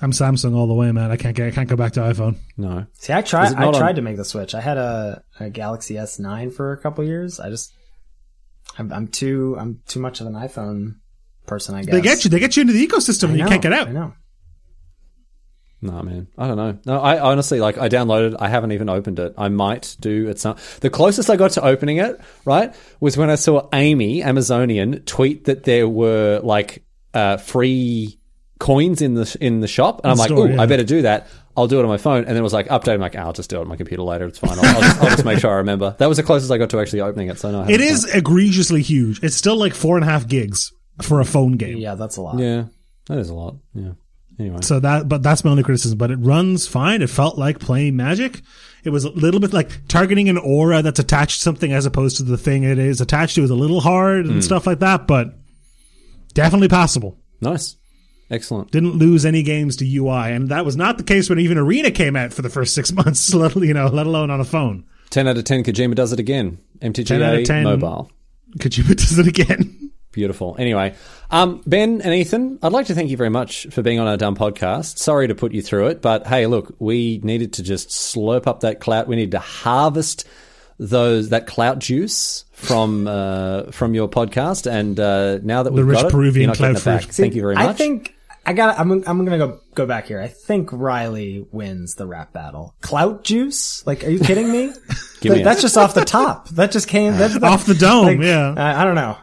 S2: I'm Samsung all the way, man. I can't get, I can't go back to iPhone.
S1: No.
S3: See, I tried.
S1: it
S3: I
S1: not on-
S3: tried to make the switch. I had a, a Galaxy S9 for a couple years. I just, I'm, I'm too, I'm too much of an iPhone person. I guess
S2: They get you. They get you into the ecosystem,
S3: I
S2: and you
S3: know,
S2: can't get out.
S3: I know.
S1: No man, I don't know. No, I honestly like I downloaded. I haven't even opened it. I might do at some. The closest I got to opening it, right, was when I saw Amy Amazonian tweet that there were like uh, free coins in the in the shop, and I'm like,
S2: store,
S1: oh,
S2: yeah.
S1: I better do that. I'll do it on my phone, and then it was like update. I'm like, "Oh, I'll just do it on my computer later. It's fine. I'll, I'll, just, I'll just make sure I remember. That was the closest I got to actually opening it. So no, I
S2: It
S1: haven't.
S2: is egregiously huge. It's still like four and a half gigs for a phone game.
S3: Yeah, that's a lot.
S1: Yeah, that is a lot. Yeah. Anyway,
S2: So that, but that's my only criticism. But it runs fine. It felt like playing Magic. It was a little bit like targeting an aura that's attached to something as opposed to the thing it is attached to is a little hard
S1: Hmm.
S2: and stuff like that. But definitely passable.
S1: nice, excellent.
S2: Didn't lose any games to UI, and that was not the case when even Arena came out for the first six months. Let you know, let alone on a phone.
S1: Ten out of ten. Kojima does it again. MTGA
S2: 10 out of 10.
S1: mobile.
S2: Could you does it again?
S1: Beautiful. Anyway, um, Ben and Ethan, I'd like to thank you very much for being on our dumb podcast. Sorry to put you through it, but hey, look, we needed to just slurp up that clout. We needed to harvest those that clout juice from uh, from your podcast, and uh, now that we've
S2: rich
S1: got it,
S2: Peruvian
S1: you're not getting
S2: clout
S1: it back.
S2: food.
S1: Thank you very much.
S3: I think I got. I'm I'm gonna go go back here. I think Riley wins the rap battle. Clout juice? Like, are you kidding me?
S1: Give me
S3: That-
S1: a-
S3: that's just off the top. That just came that's
S2: Off the dome,
S3: like,
S2: yeah.
S3: I, I don't know.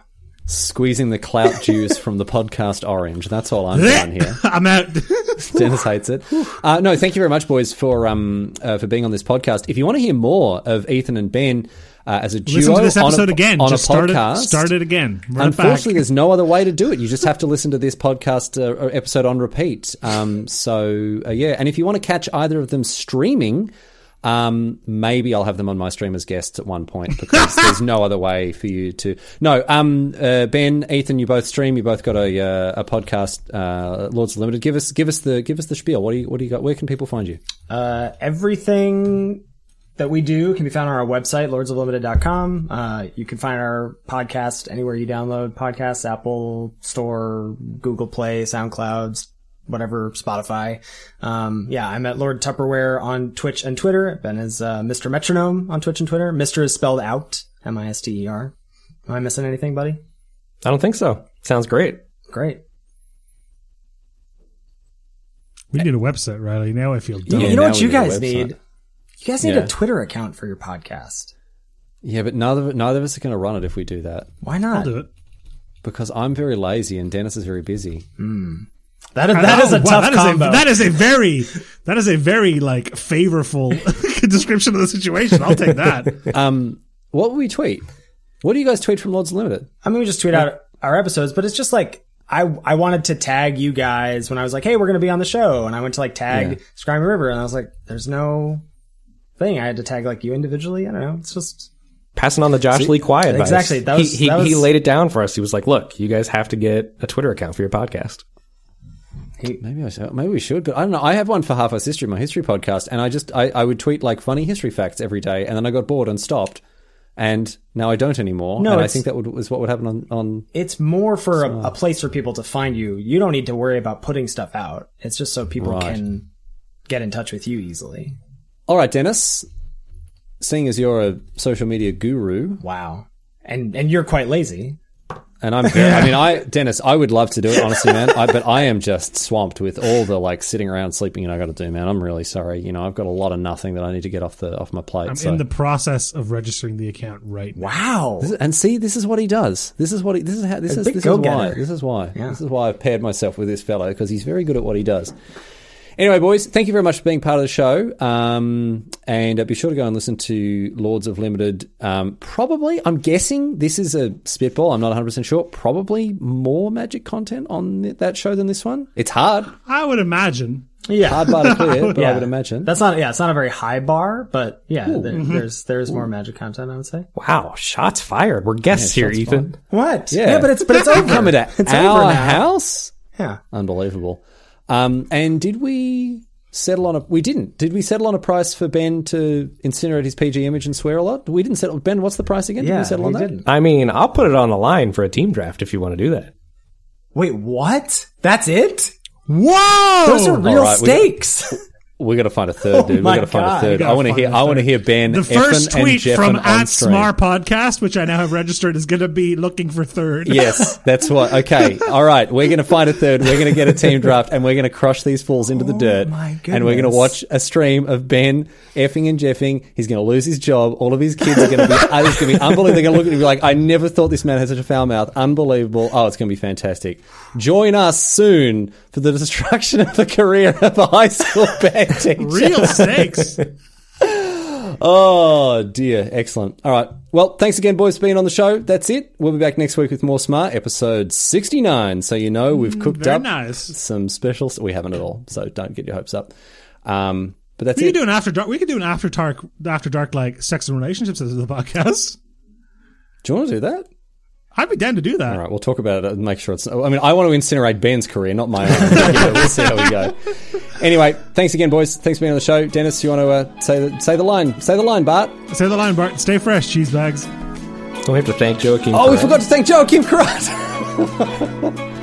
S1: squeezing the clout juice from the podcast orange. That's all I'm doing here.
S2: I'm out.
S1: Dennis hates it. Uh, no, thank you very much, boys, for um uh, for being on this podcast. If you want to hear more of Ethan and Ben uh, as a duo,
S2: Listen to this
S1: on a-
S2: episode again.
S1: on
S2: Just
S1: a
S2: start
S1: podcast.
S2: it, start it again. Run it back.
S1: Unfortunately, there's no other way to do it. You just have to listen to this podcast uh, or episode on repeat. Um, so uh, yeah, and if you want to catch either of them streaming, um, maybe I'll have them on my stream as guests at one point because there's no other way for you to. No, um, uh, Ben, Ethan, you both stream. You both got a uh, a podcast, uh, Lords of Limited. Give us give us the give us the spiel. What do you what do you got? Where can people find you?
S3: Uh, everything that we do can be found on our website, lordsoflimited.com. Uh, you can find our podcast anywhere you download podcasts, Apple Store, Google Play, SoundClouds, whatever, Spotify. Um, yeah, I'm at Lord Tupperware on Twitch and Twitter. Ben is uh, Mr. Metronome on Twitch and Twitter. Mr. is spelled out, M-I-S-T-E-R. E Am I missing anything, buddy?
S4: I don't think so. Sounds great.
S3: Great.
S2: we need a website, Riley. Now I feel dumb.
S3: You-
S1: Yeah,
S3: you know
S1: now
S3: what
S1: we
S3: you
S1: need a
S3: guys
S1: website.
S3: need? You guys need
S1: Yeah.
S3: a Twitter account for your podcast.
S1: Yeah, but neither neither of us are going to run it if we do that
S3: Why not?
S2: I'll do it.
S1: because I'm very lazy and Dennis is very busy.
S3: That is, that is a
S2: Oh, wow,
S3: tough
S2: that is a-
S3: combo.
S2: that is a very that is a very like favorful description of the situation. I'll take that.
S1: What will we tweet? What do you guys tweet from Lords Limited?
S3: I mean, we just tweet out our episodes, but it's just like I I wanted to tag you guys when I was like, hey, we're gonna be on the show, and I went to like tag
S1: Yeah.
S3: Scrime River, and I was like, there's no thing. I had to tag like you individually. I don't know. It's just
S4: Passing on the Josh Lee Quiet advice.
S3: Exactly. That was-
S4: he, he,
S3: that was-
S4: he laid it down for us. He was like, "Look, you guys have to get a Twitter account for your podcast."
S1: Maybe I should, maybe we should, but I don't know. I have one for Half Us History, my history podcast, and I just I, I would tweet like funny history facts every day, and then I got bored and stopped, and now I don't anymore.
S3: No,
S1: and I
S3: it's-
S1: think that would, was what would happen on on.
S3: it's more for a, a place for people to find you. You don't need to worry about putting stuff out. It's just so people
S1: Right.
S3: can get in touch with you easily.
S1: All right, Dennis. Seeing as you're a social media guru,
S3: Wow. And and you're quite lazy.
S1: And I'm, very, I mean, I, Dennis, I would love to do it, honestly, man. I, but I am just swamped with all the like sitting around sleeping and I got to do, man. I'm really sorry. You know, I've got a lot of nothing that I need to get off the off my plate.
S2: I'm
S1: so.
S2: in the process of registering the account right now.
S3: Wow.
S1: and see, this is what he does. This is what he. This is how. This is
S3: big
S1: this is why.
S3: go-getter.
S1: This is why. This is why I've paired myself with this fellow because he's very good at what he does. Anyway, boys, thank you very much for being part of the show. Um, and uh, be sure to go and listen to Lords of Limited. Um, probably, I'm guessing this is a spitball. I'm not 100 percent sure. Probably more magic content on th- that show than this one. It's hard,
S2: I would imagine.
S3: Yeah.
S1: hard bar to clear, but I
S3: Yeah.
S1: would imagine. Mm-hmm.
S3: That's not yeah, it's not a very high bar, but yeah, there, there's there's more magic content. I would say.
S4: Wow, shots fired. We're guests here,
S1: shots
S4: Ethan.
S3: What?
S1: yeah.
S3: but it's but it's over.
S1: coming to
S3: it's
S1: our
S3: over now.
S1: house.
S3: Yeah.
S1: Unbelievable. Um, and did we settle on a? We didn't. Did we settle on a price for Ben to incinerate his PG image and swear a lot? We didn't settle. Ben, what's the price again? did
S3: Yeah,
S1: we settle on
S3: we
S1: that?
S3: didn't.
S4: I mean, I'll put it on the line for a team draft if you want to do that.
S3: Wait, what? That's it?
S2: Whoa!
S3: Those are
S1: Oh.
S3: real
S1: right, we got-
S3: stakes.
S1: We got to find a third, dude. we
S3: my
S1: got to find
S3: God.
S1: a
S3: We
S1: third.
S2: gotta
S1: I want to
S2: find
S1: hear.
S2: a
S1: I want to
S2: third.
S1: hear Ben.
S2: the first
S1: Effen and
S2: tweet
S1: Jeffen
S2: from
S1: on
S2: at
S1: stream.
S2: Smar Podcast, which I now have registered, is going to be looking for third.
S1: Yes, that's what. Okay, all right. We're going to find a third. We're going to get a team draft, and we're going to crush these fools into the dirt.
S3: Oh my
S1: And we're going to
S3: goodness.
S1: watch a stream of Ben effing and jeffing. He's going to lose his job. All of his kids are going to be. oh, It's going to be unbelievable. They're going to look at him and be like, "I never thought this man had such a foul mouth. Unbelievable. Oh, it's going to be fantastic. Join us soon for the destruction of the career of a high school band teacher.
S2: Real stakes.
S1: Oh dear, excellent. All right. Well, thanks again, boys, for being on the show. That's it. We'll be back next week with more Smart, episode sixty-nine. So you know we've cooked
S2: Mm, Very
S1: up
S2: nice.
S1: some specials. We haven't at all, so don't get your hopes up. Um, but that's
S2: We
S1: it.
S2: could do an after dark. We could do an after dark, after dark like sex and relationships as the podcast.
S1: do you want to do that?
S2: I'd be down to do that.
S1: All right, we'll talk about it and make sure it's. I mean, I want to incinerate Ben's career, not my own. But we'll see how we go. Anyway, thanks again, boys. Thanks for being on the show, Dennis. You want to uh, say the, say the line? Say the line, Bart.
S2: Say the line, Bart. Stay fresh, cheese bags.
S4: Don't we have to thank Joaquin.
S1: Oh, we
S4: Correa?
S1: forgot to thank Joe Kim Karat.